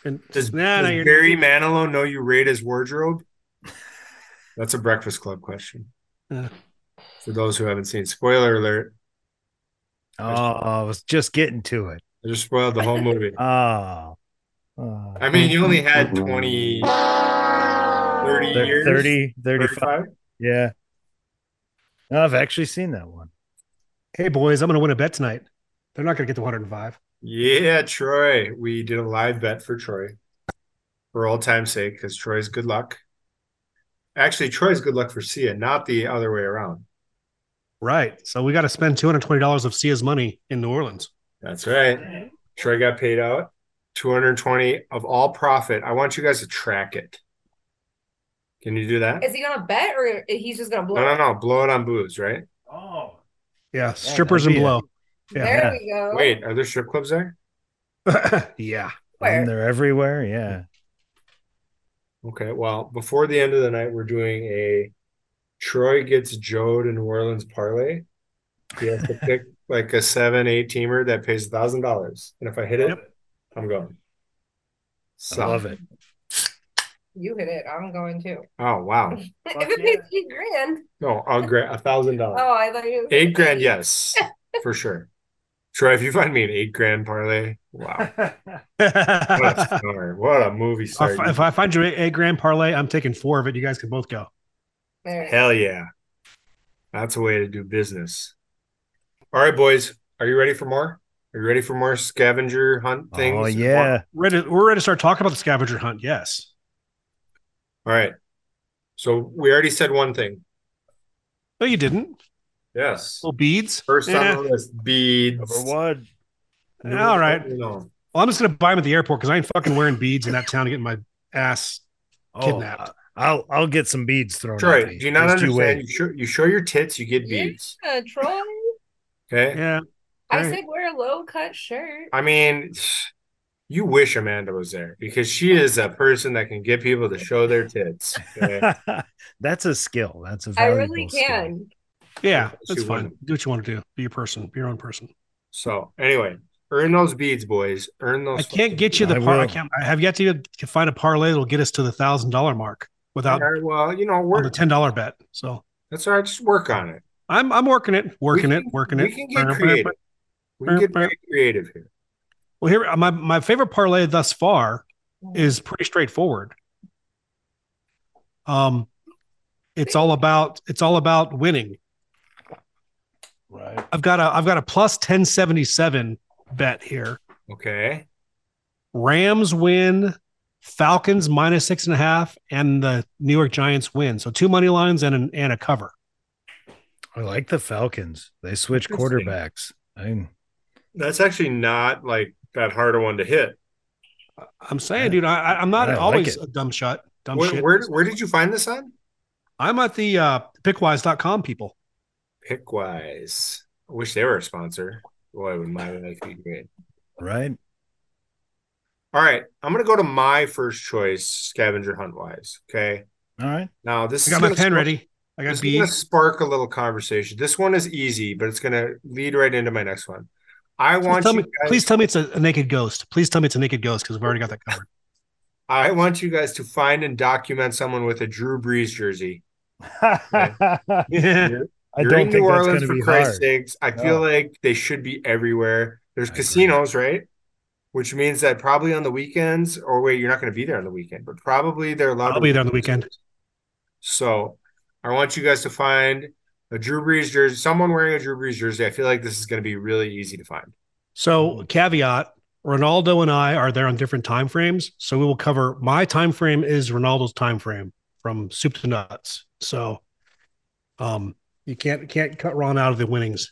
And Does, Nah, nah, does you're- Barry Manilow know you raid his wardrobe? That's a Breakfast Club question. Yeah. For those who haven't seen, spoiler alert. Oh, I was just getting to it. I just spoiled the whole movie. Oh. Oh. I mean, you only had 20, 30 Oh, Thir- years. 30, 35. 35. Yeah. No, I've actually seen that one. hey boys, I'm gonna win a bet tonight. They're not gonna get to 105. Yeah, Troy. We did a live bet for Troy for all time's sake because Troy's good luck. Actually, Troy's good luck for Sia, not the other way around. Right. So we got to spend two hundred twenty dollars of Sia's money in New Orleans. That's right. Troy got paid out 220 of all profit. I want you guys to track it. Can you do that? Is he gonna bet or he's just gonna blow? No, no, no. Blow it on booze, right? Oh, Yeah, strippers and that'd be blow. There we go. Wait, are there strip clubs there? yeah. Where? And they're everywhere. Yeah. Okay. Well, before the end of the night, we're doing a Troy gets Joe to New Orleans parlay. He has to pick like a seven, eight teamer that pays thousand dollars. And if I hit it, I'm going. I So, love it. You hit it. I'm going too. Oh wow. if it pays eight grand, No, I'll grant a thousand dollars. oh, I thought you. Eight grand, yes, for sure. Troy, if you find me an eight grand parlay, wow. What a if, star. What a movie star. I, if I find you a, a grand parlay, I'm taking four of it. You guys can both go. There it is. Hell yeah. That's a way to do business. All right, boys. Are you ready for more? Are you ready for more scavenger hunt things? Oh, yeah. Ready, we're ready to start talking about the scavenger hunt. Yes. All right. So we already said one thing. No, you didn't. Yes. Little beads. First Eh. on the list, beads. Number one. All right. No. Well, I'm just gonna buy them at the airport because I ain't fucking wearing beads in that town and getting my ass Oh, kidnapped. I'll I'll get some beads thrown. Troy, at me. do you not Just wait. understand? You show, you show your tits, you get Yeah. beads. Uh, Troy, Okay. yeah. I Right. said wear a low cut shirt. I mean, you wish Amanda was there because she is a person that can get people to show their tits. okay? That's a skill. That's a I valuable really skill. can. Yeah, Yeah, that's she fine. wouldn't. Do what you want to do. Be your person. Be your own person. so, anyway, earn those beads, boys. Earn those. I can't get you the I par. I, will. can't, I have yet to, even to find a parlay that'll get us to the thousand dollar mark All without right, well, you know, on the work. ten dollar bet. So That's all right. Just work on it. I'm I'm working it, working We it, can- working we it. can get creative. We can get very creative here. Well, here my my favorite parlay thus far Mm. is pretty straightforward. Um, it's all about it's all about winning. right. I've got a I've got a plus ten seventy seven bet here. Okay. Rams win, Falcons minus six and a half, and the New York Giants win. So two money lines and an, and a cover. I like the Falcons. They switch Interesting. quarterbacks. I That's actually not like that hard a one to hit. I'm saying, dude, I, I- I'm not I like always it. a dumb shot. Dumb Where, shit. where, where did you find this on? I'm at the uh, pickwise.com people. Pickwise. I wish they were a sponsor. Boy, would my life be great. right. All right. I'm going to go to my first choice, scavenger hunt wise. Okay. All right. Now, this I is got my gonna pen spark- ready. I This got is going to beads. spark a little conversation. This one is easy, but it's going to lead right into my next one. I Please want tell, you me, guys, please tell me it's a, a naked ghost. Please tell me it's a naked ghost because we've already got that covered. I want you guys to find and document someone with a Drew Brees jersey. I yeah. You're in don't New think that's going Orleans to for be Christ's hard. sakes. I feel like they should be everywhere. There's I agree. casinos, right? Which means that probably on the weekends, or wait, you're not going to be there on the weekend, but probably they're allowed. I'll to- be there on the weekend. So I want you guys to find a Drew Brees jersey, someone wearing a Drew Brees jersey. I feel like this is going to be really easy to find. So caveat: Ronaldo and I are there on different time frames, so we will cover my time frame is Ronaldo's time frame from soup to nuts. So, um, you can't can't cut Ron out of the winnings.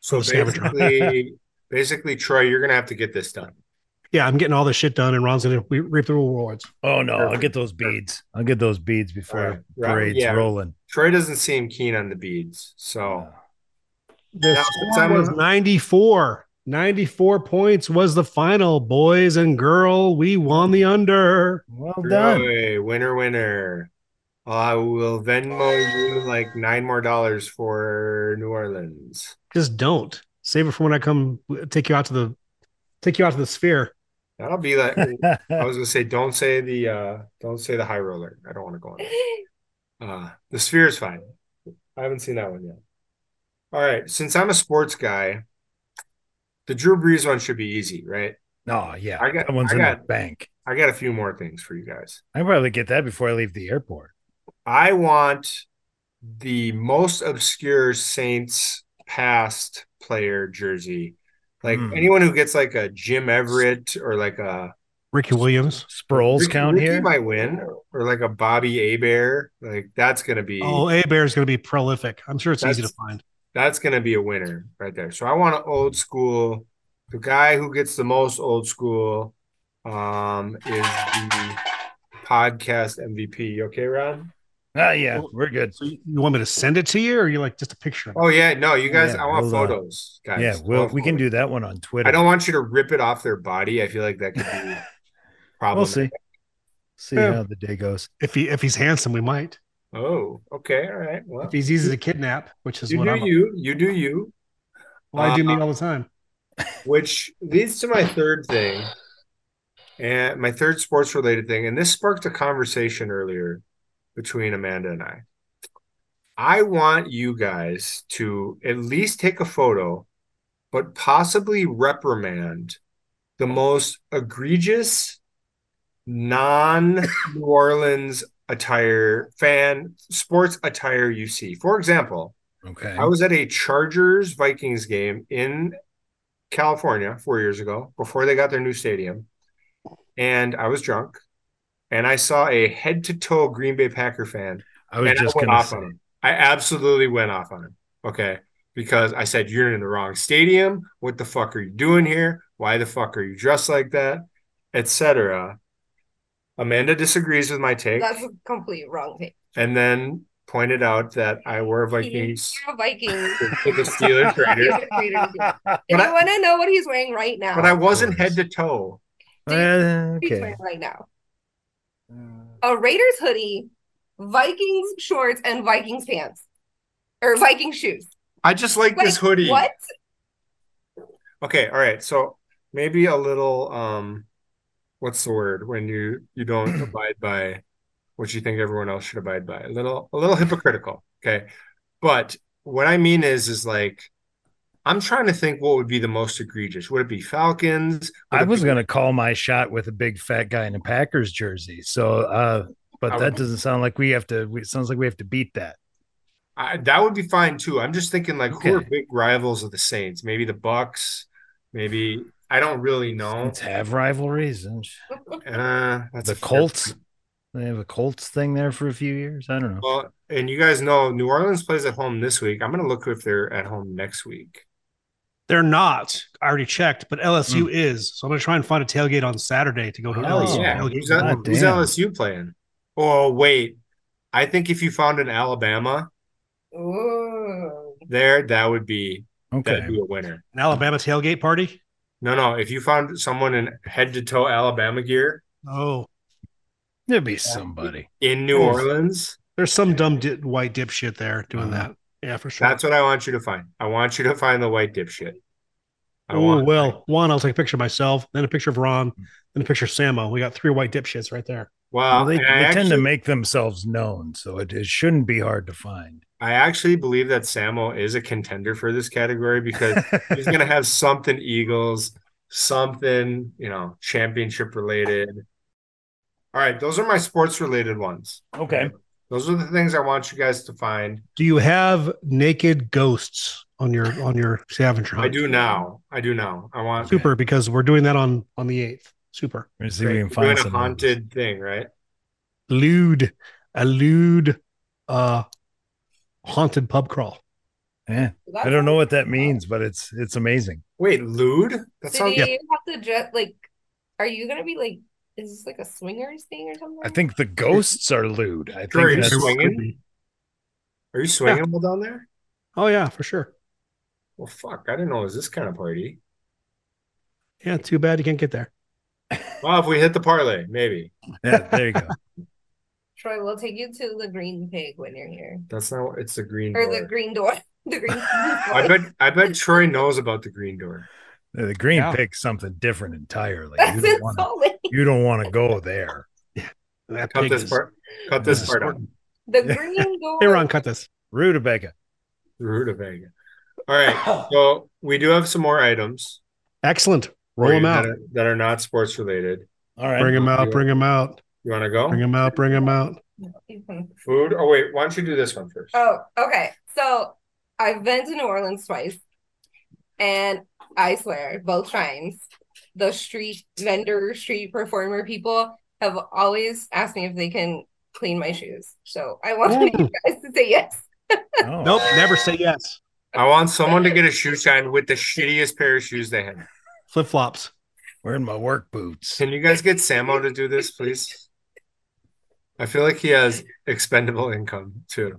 So the scavenger hunt. basically, basically, Troy, you're gonna have to get this done. Yeah, I'm getting all this shit done, and Ron's gonna re- reap the rewards. Oh no, I'll Perfect. get those beads. I'll get those beads before All right. the parade's Yeah. rolling. Troy doesn't seem keen on the beads, so The Now, score someone- was 94. 94 points was the final, boys and girl. We won the under. Well done. Troy, winner, winner. Uh, I will Venmo you like nine more dollars for New Orleans. Just don't save it for when I come take you out to the take you out to the sphere. That'll be like Oh, I was gonna say, don't say the uh don't say the high roller. I don't want to go on. that. Uh, the sphere is fine. I haven't seen that one yet. All right, since I'm a sports guy, the Drew Brees one should be easy, right? oh yeah, I got- that one's I in got- the bank. I got a few more things for you guys. I can probably get that before I leave the airport. I want the most obscure Saints past player jersey Like Hmm. anyone who gets like a Jim Everett or like a Ricky Williams. Sproles Ricky- count Ricky here. might win or like a Bobby Abear. Like that's gonna be Oh, A Bear is going to be prolific. I'm sure it's easy to That's- find. that's gonna be a winner right there. So I want an old school. The guy who gets the most old school um is the podcast MVP. You okay, Ron? Ah, yeah, we're good. So you, you want me to send it to you, or you like just a picture? of it? Oh yeah, no, you guys. Yeah, I want hold on. photos, guys. Yeah, I well, want we can photos. do that one on Twitter. I don't want you to rip it off their body. I feel like that could be We'll problem. see. See Yeah. how the day goes. If he if he's handsome, we might. Oh, okay, all right. Well, If he's easy to kidnap, which is you what do I'm. you. Uh, You do you. well, I do me all the time. Which leads to my third thing, and my third sports related thing, and this sparked a conversation earlier between Amanda and I. I want you guys to at least take a photo, but possibly reprimand the most egregious non New Orleans attire fan sports attire you see. For example, Okay. I was at a Chargers Vikings game in California four years ago before they got their new stadium. And I was drunk and I saw a head to toe Green Bay Packer fan. I was and just I went gonna off say, on him. I absolutely went off on him. Okay. Because I said, You're in the wrong stadium. What the fuck are you doing here? Why the fuck are you dressed like that? Etc. Amanda disagrees with my take That's a complete wrong thing. and then pointed out that I wore Vikings You're a Viking. with the Steelers You're Raiders. a traitor. But And I- I want to know what he's wearing right now. But I wasn't course. head to toe. Uh, He's okay. wearing right now. A Raiders hoodie, Vikings shorts, and Vikings pants, or Viking shoes. I just like Like, this hoodie. What? Okay, all right. So maybe a little um what's the word when you you don't abide by what you think everyone else should abide by. A little a little hypocritical. Okay. But what I mean is is like I'm trying to think what would be the most egregious. Would it be Falcons? Would I it was be- going to call my shot with a big fat guy in a Packers jersey. So, uh, I but would- that doesn't sound like we have to. We, it sounds like we have to beat that. I, that would be fine too. I'm just thinking like who are Okay. big rivals of the Saints? Maybe the Bucks, maybe I don't really know. Let's have rivalries. And Uh, that's the a fair Colts, they have a Colts thing there for a few years. I don't know. Well, and you guys know New Orleans plays at home this week. I'm going to look if they're at home next week. They're not. I already checked, but LSU is. So I'm going to try and find a tailgate on Saturday to go to Oh, LSU. yeah. tailgate. Who's, that, God who's damn. LSU playing? Oh, wait. I think if you found an Alabama Ooh. there, that would be that'd Okay. be a winner. An Alabama tailgate party. No, no. If you found someone in head to toe Alabama gear Oh, There'd be somebody. in New Yes. Orleans, there's some dumb di- white dipshit there doing Uh-huh. that. Yeah, for sure. that's what I want you to find. I want you to find the white dipshit. I Oh want Hmm. well, one I'll take a picture of myself, then a picture of Ron, then a picture of Samo. We got three white dipshits right there. well, they, Uh, and they I tend to actually- make themselves known, so it, it shouldn't be hard to find. I actually believe that Samo is a contender for this category because he's gonna have something Eagles, something you know, championship related. All right, those are my sports related ones. okay. Those are the things I want you guys to find. Do you have naked ghosts on your on your scavenger hunt? I do now. I do now. I want Super, because we're doing that on on the eighth. Super. Let's see if Great. we We're can find doing a some of those. haunted thing, right? Lewd, a lewd, uh, haunted pub crawl. Yeah. I don't know what that means, but it's it's amazing. Wait, lewd? That So sounds do you have to dress like? Are you gonna be like? Is this like a swingers thing or something? I think the ghosts are lewd. I think Sure, you're that's- swinging. Are you swinging all down there? Oh yeah, for sure. Well, fuck! I didn't know it was this kind of party. Yeah, too bad you can't get there. Well, if we hit the parlay, maybe yeah, there you go. Troy, we'll take you to the Green Pig when you're here, that's not. It's the green or door. the Green Door, the Green. I bet. I bet Troy knows about the green door. The green Yeah. pig's something different entirely. You That's don't want to insulting. you don't want to go there. That Cut pig this is- part. Cut this this is part out. The Green Door. Hey Ron, cut this. Rutabaga. Rutabaga. All right. So we do have some more items Excellent. for Roll you them out. That, are, that are not sports related. All right. Bring them out. Bring them out. You want to go? Bring them out. Bring them out. Food? Oh, wait. Uh, Why don't you do this one first? Oh, okay. So I've been to New Orleans twice, And I swear, both times, the street vendor, street performer people have always asked me if they can clean my shoes. So I wanted you guys to say yes. Oh, Nope, never say yes. I want someone to get a shoe shine with the shittiest pair of shoes they have. Flip flops. wearing my work boots. Can you guys get Samo to do this, please? I feel like he has expendable income too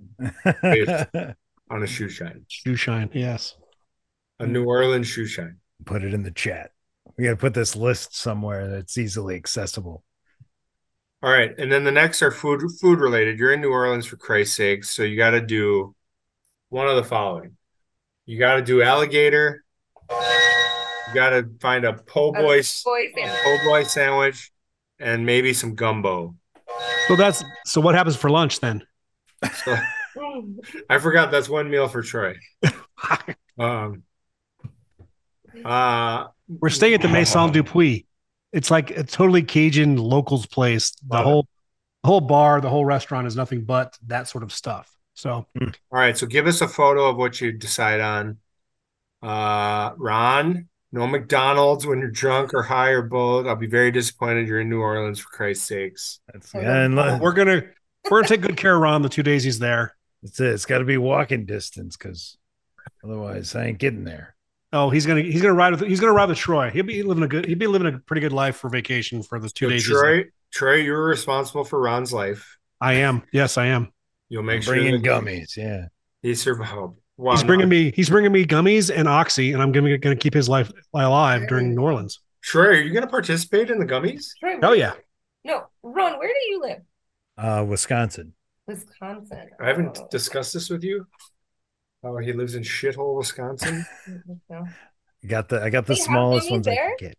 on a shoe shine, Shoe shine. Yes. a New Orleans shoe shine. put it in the chat. We got to put this list somewhere that's easily accessible. All right, and then the next are food food related. You're in New Orleans for Christ's sake, so you got to do one of the following. You got to do alligator. You got to find a po' boy, s- Boy a sandwich. po' boy sandwich, and maybe some gumbo. So that's so. What happens for lunch then? So, I forgot that's one meal for Troy. Um, uh, We're staying at the Maison Dupuis. It's like a totally Cajun locals place. The Love it. whole whole bar, the whole restaurant is nothing but that sort of stuff. So all right, so give us a photo of what you decide on. Uh, Ron, no McDonald's when you're drunk or high or both. I'll be very disappointed you're in New Orleans for Christ's sakes. That's Oh, yeah, and look, we're gonna we're gonna take good care of Ron the two days he's there. it's, it's got to be walking distance because otherwise I ain't getting there. Oh, he's gonna he's gonna ride with he's gonna ride with Troy. He'll be living a good he'll be living a pretty good life for vacation for the two So days. he's there. Troy, Troy, you're responsible for Ron's life. I am. Yes, I am. You'll make sure bringing that gummies. Yeah. he survived. Wow, He's no. bringing me he's bringing me gummies and oxy, and I'm gonna gonna keep his life alive during New Orleans. Troy, are you going to participate in the gummies? Troy, Oh yeah. No, Ron, where do you live? Uh, Wisconsin. Wisconsin. I haven't Oh. discussed this with you. Oh, he lives in shithole Wisconsin. No. I got the I got the They have smallest gummies ones I there? can get.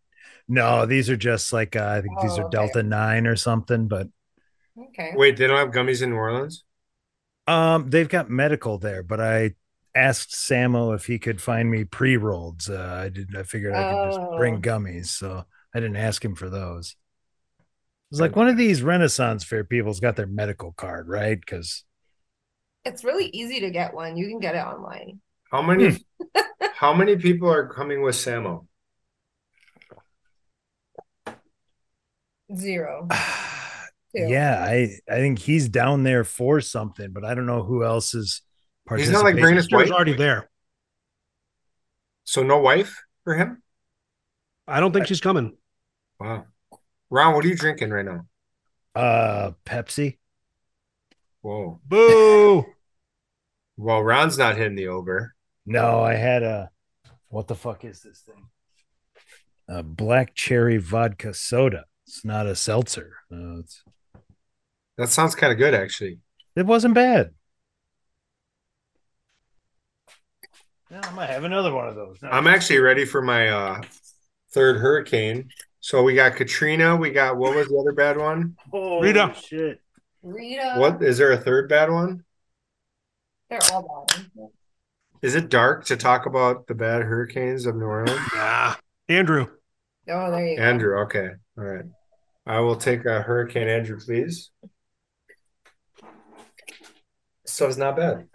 No, these are just like uh, I think these Oh, are okay. Delta Nine or something, but Okay. Wait, they don't have gummies in New Orleans? Um, they've got medical there, but I asked Samo if he could find me pre rolls. Uh, I did. I figured I could just Oh. bring gummies, so I didn't ask him for those. It's like one of these Renaissance fair people's got their medical card, right? Because It's really easy to get one. You can get it online. How many Hmm. how many people are coming with Samo? Zero. Two. yeah, I I think he's down there for something, but I don't know who else is. He's not like bringing participating. his Troy's wife. already there. So no wife for him? I don't think she's coming. Wow. Ron, what are you drinking right now? uh Pepsi. Whoa. Boo! Well, Ron's not hitting the over. No, I had a what the fuck is this thing? A black cherry vodka soda. It's not a seltzer. Uh, it's, That sounds kind of good actually. it wasn't bad. Yeah, I might have another one of those. No. I'm actually ready for my uh third hurricane. So we got Katrina, we got what was the other bad one? Oh, Rita. shit. Rita. What is there a third bad one? They're all bad. Is it dark to talk about the bad hurricanes of New Orleans? Nah. Andrew. Oh, there you go. Andrew, okay. All right. I will take a Hurricane Andrew, please. So it's not bad.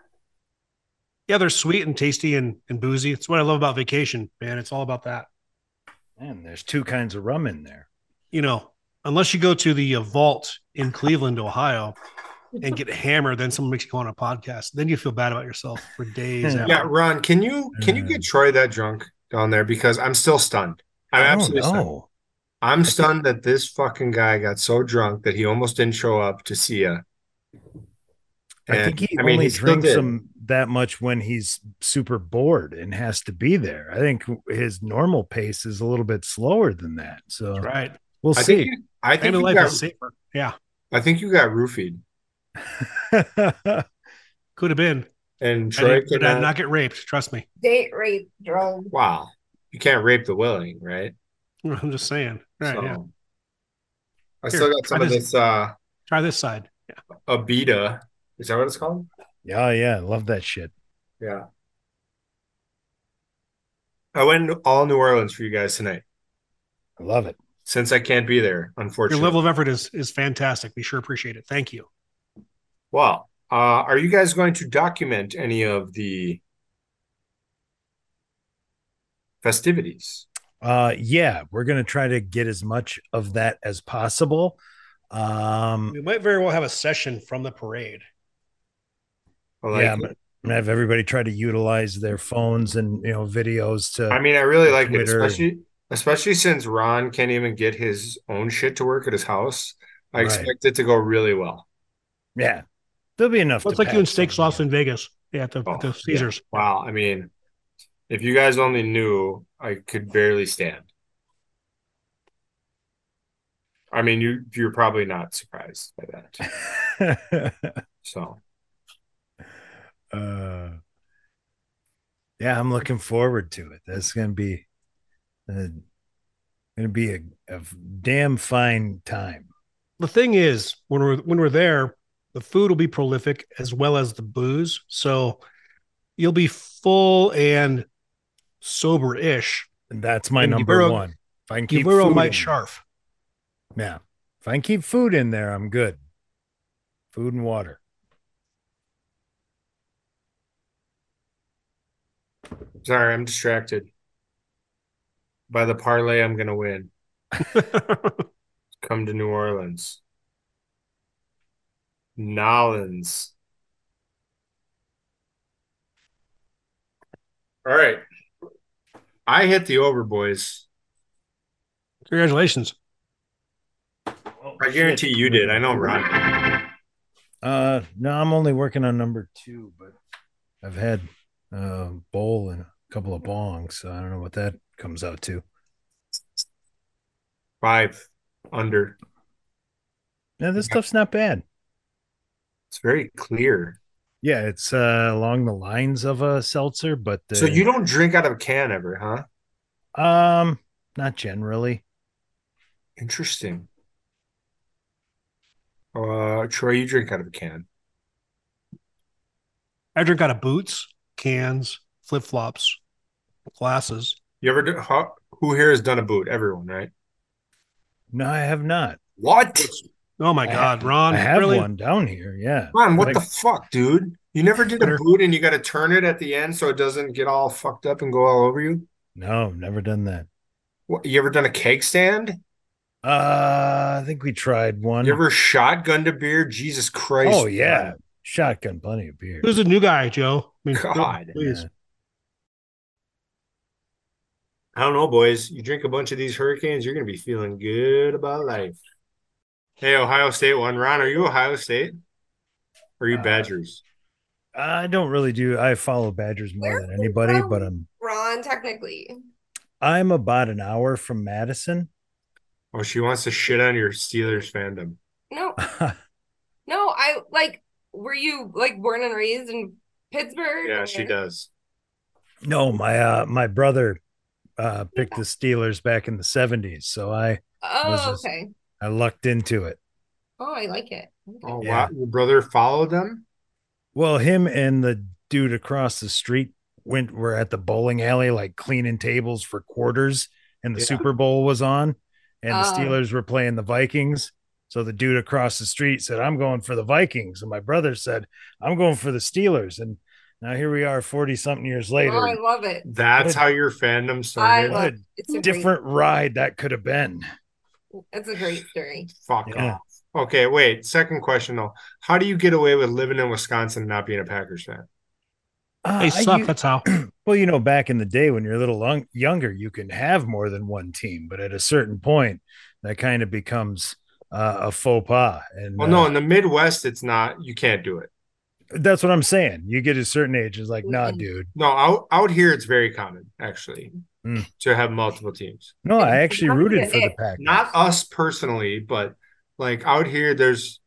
Yeah, they're sweet and tasty and, and boozy. It's what I love about vacation, man. It's all about that. Man, there's two kinds of rum in there. You know, unless you go to the uh, vault in Cleveland, Ohio, and get hammered, then someone makes you go on a podcast. Then you feel bad about yourself for days. Yeah. after. Yeah, Ron, can you can you get Troy that drunk down there? Because I'm still stunned. I'm I don't absolutely stunned. know. I'm stunned that this fucking guy got so drunk that he almost didn't show up to see you. I think he I mean, only he still drinks did. them that much when he's super bored and has to be there. I think his normal pace is a little bit slower than that. So Right. we'll I see. think you, I think And you life got, is safer. Yeah. I think you got roofied. Could have been. And I Troy didn't- could did I not, not get raped. Trust me. Date rape drone. wow. You can't rape the willing, right? I'm just saying. All right. So, Yeah. Here, I still got some try of this. this uh Try this side. Abita. Is that what it's called? oh yeah, love that shit. Yeah. I went all New Orleans for you guys tonight I love it. since I can't be there, Your unfortunately. level of effort is is fantastic. We sure appreciate it. Thank you. well, uh, are you guys going to document any of the festivities. Uh, yeah, we're gonna try to get as much of that as possible. Um, We might very well have a session from the parade. I like yeah, it. I'm gonna have everybody try to utilize their phones and you know videos to. I mean, I really like it, Twitter. especially especially since Ron can't even get his own shit to work at his house. I Right. expect it to go really well. yeah, there'll be enough. Well, it's to like doing pass steak on. sauce in Vegas. Yeah, at the, Oh, at the yeah. Caesars. Wow, I mean, if you guys only knew, I could barely stand. I mean, you you're probably not surprised by that. So, uh, yeah, I'm looking forward to it. That's gonna be, uh, gonna be a, a damn fine time. The thing is, when we're when we're there, the food will be prolific as well as the booze. So you'll be full and sober-ish. And that's my And number Yuburo- one. If I can You keep very well food might in- sharf. Yeah, if I can keep food in there, I'm good. Food and water. sorry, I'm distracted by the parlay I'm gonna win. Come to New Orleans. Nolans. All right. I hit the over, boys. Congratulations. I guarantee you did. I know Ron. Uh, no, I'm only working on number two, but I've had a bowl and a couple of bongs, so I don't know what that comes out to. Five under. Yeah, this stuff's not bad. It's very clear. Yeah, it's uh, along the lines of a seltzer, but uh, So you don't drink out of a can ever, huh? um, not generally. Interesting. Uh, Troy, you drink out of a can. I drink out of boots, cans, flip flops, glasses. You ever do? How, who here has done a boot? Everyone, right? No, I have not. What? Oh my I God, Ron! I have really? one down here. Yeah, Ron, what Like- the fuck, dude? You never did a boot and you got to turn it at the end so it doesn't get all fucked up and go all over you? no, never done that. What, you ever done a keg stand? Uh, I think we tried one. You ever shotgunned a beer? Jesus Christ. oh yeah, Ron. shotgun, plenty of beer. Who's the new guy, Joe? I mean, God. please. I don't know, boys. You drink a bunch of these hurricanes, you're going to be feeling good about life. Hey, Ohio State one. Ron, are you Ohio State? Or are you Uh, Badgers? I don't really do. I follow Badgers more Where than are you anybody, from? but I'm Ron, technically. I'm about an hour from Madison. Oh, she wants to shit on your Steelers fandom. No, no, I like, were you like born and raised in Pittsburgh? Yeah, she or- does. no, my uh, my brother uh, picked the Steelers back in the '70s, so I Oh, Was this- okay. I lucked into it. Oh, I like it. Oh, Yeah. wow. Your brother followed them? Well, him and the dude across the street went were at the bowling alley, like cleaning tables for quarters, and the Yeah. Super Bowl was on, and the Oh. Steelers were playing the Vikings. So the dude across the street said, "I'm going for the Vikings," and my brother said, "I'm going for the Steelers." And now here we are, forty something years later. Oh, I love it. That's Good. how your fandom started? love- what It's a a different. different ride that could have been. It's a great story. Fuck Yeah. off. Okay, wait. Second question, though. How do you get away with living in Wisconsin and not being a Packers fan? Uh, They I suck. u- That's how. well, you know, back in the day when you're a little lung- younger, you can have more than one team, but at a certain point, that kind of becomes uh, a faux pas. And Well, Oh, no, uh, in the Midwest, it's not. You can't do it. that's what I'm saying. You get a certain age, it's like, nah, dude. No, out, out here, it's very common, actually, Mm. to have multiple teams. No, I actually Not rooted for the it. Packers. Not us personally, but like out here, there's.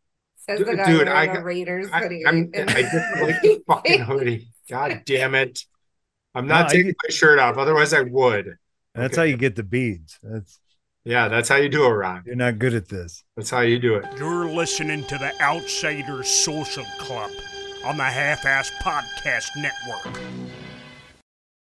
Says Dude, the guy dude, wearing I a got- Raiders I, hoodie. I'm, I just like the fucking hoodie. God damn it. I'm not No, I taking get- my shirt off. Otherwise, I would. that's okay. how you get the beads. That's Yeah, that's how you do it, Ron. you're not good at this. That's how you do it. You're listening to the Outsiders Social Club on the Half Ass Podcast Network.